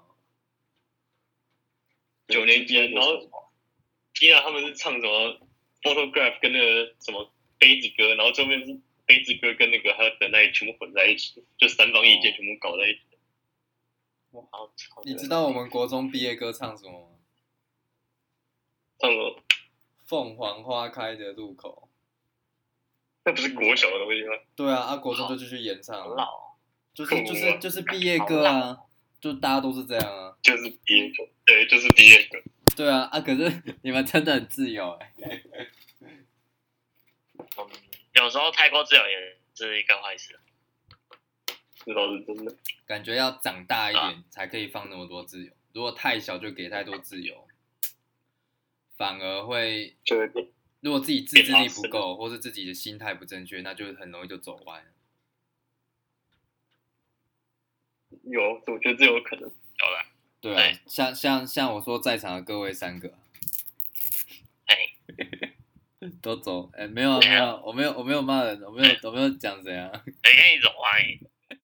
C: 啊
A: 九年级啊然后
C: 什么
A: Tina 他们是唱什么 Photograph 跟那个什么杯子歌，然后这边是杯子歌跟那个还有 The Night 全部混在一起，就三方意见全部搞在一起。
B: 好操
D: 你知道我们国中毕业歌唱什么吗？
A: 唱了，
D: 凤凰花开的路口。
A: 那不是国小的东西吗？
D: 对啊，啊，国中就继续演唱
B: 好
D: 啊，
B: 老哦，哦
D: 就是就是就是毕业歌啊，就大家都是这样啊。
A: 就是毕业歌，对，就是毕业歌。
D: 对啊，啊，可是你们真的很自由哎、
B: 嗯有时候太过自由也是一个坏事。
A: 这倒是真的。
D: 感觉要长大一
A: 啊
D: 点才可以放那么多自由，如果太小就给太多自由，反而会
A: 就是点
D: 如果自己自制力不够，或是自己的心态不正确，那就很容易就走歪了。
A: 有，我觉得这有可能。
B: 有了，
D: 对
B: 对
A: 哎
D: 啊，像像像我说在场的各位三个，啊
B: 哎，
D: 哎都走，哎，没有啊没有啊，我没有我没有骂人，我没有我没有讲谁啊，
B: 谁跟你走啊？你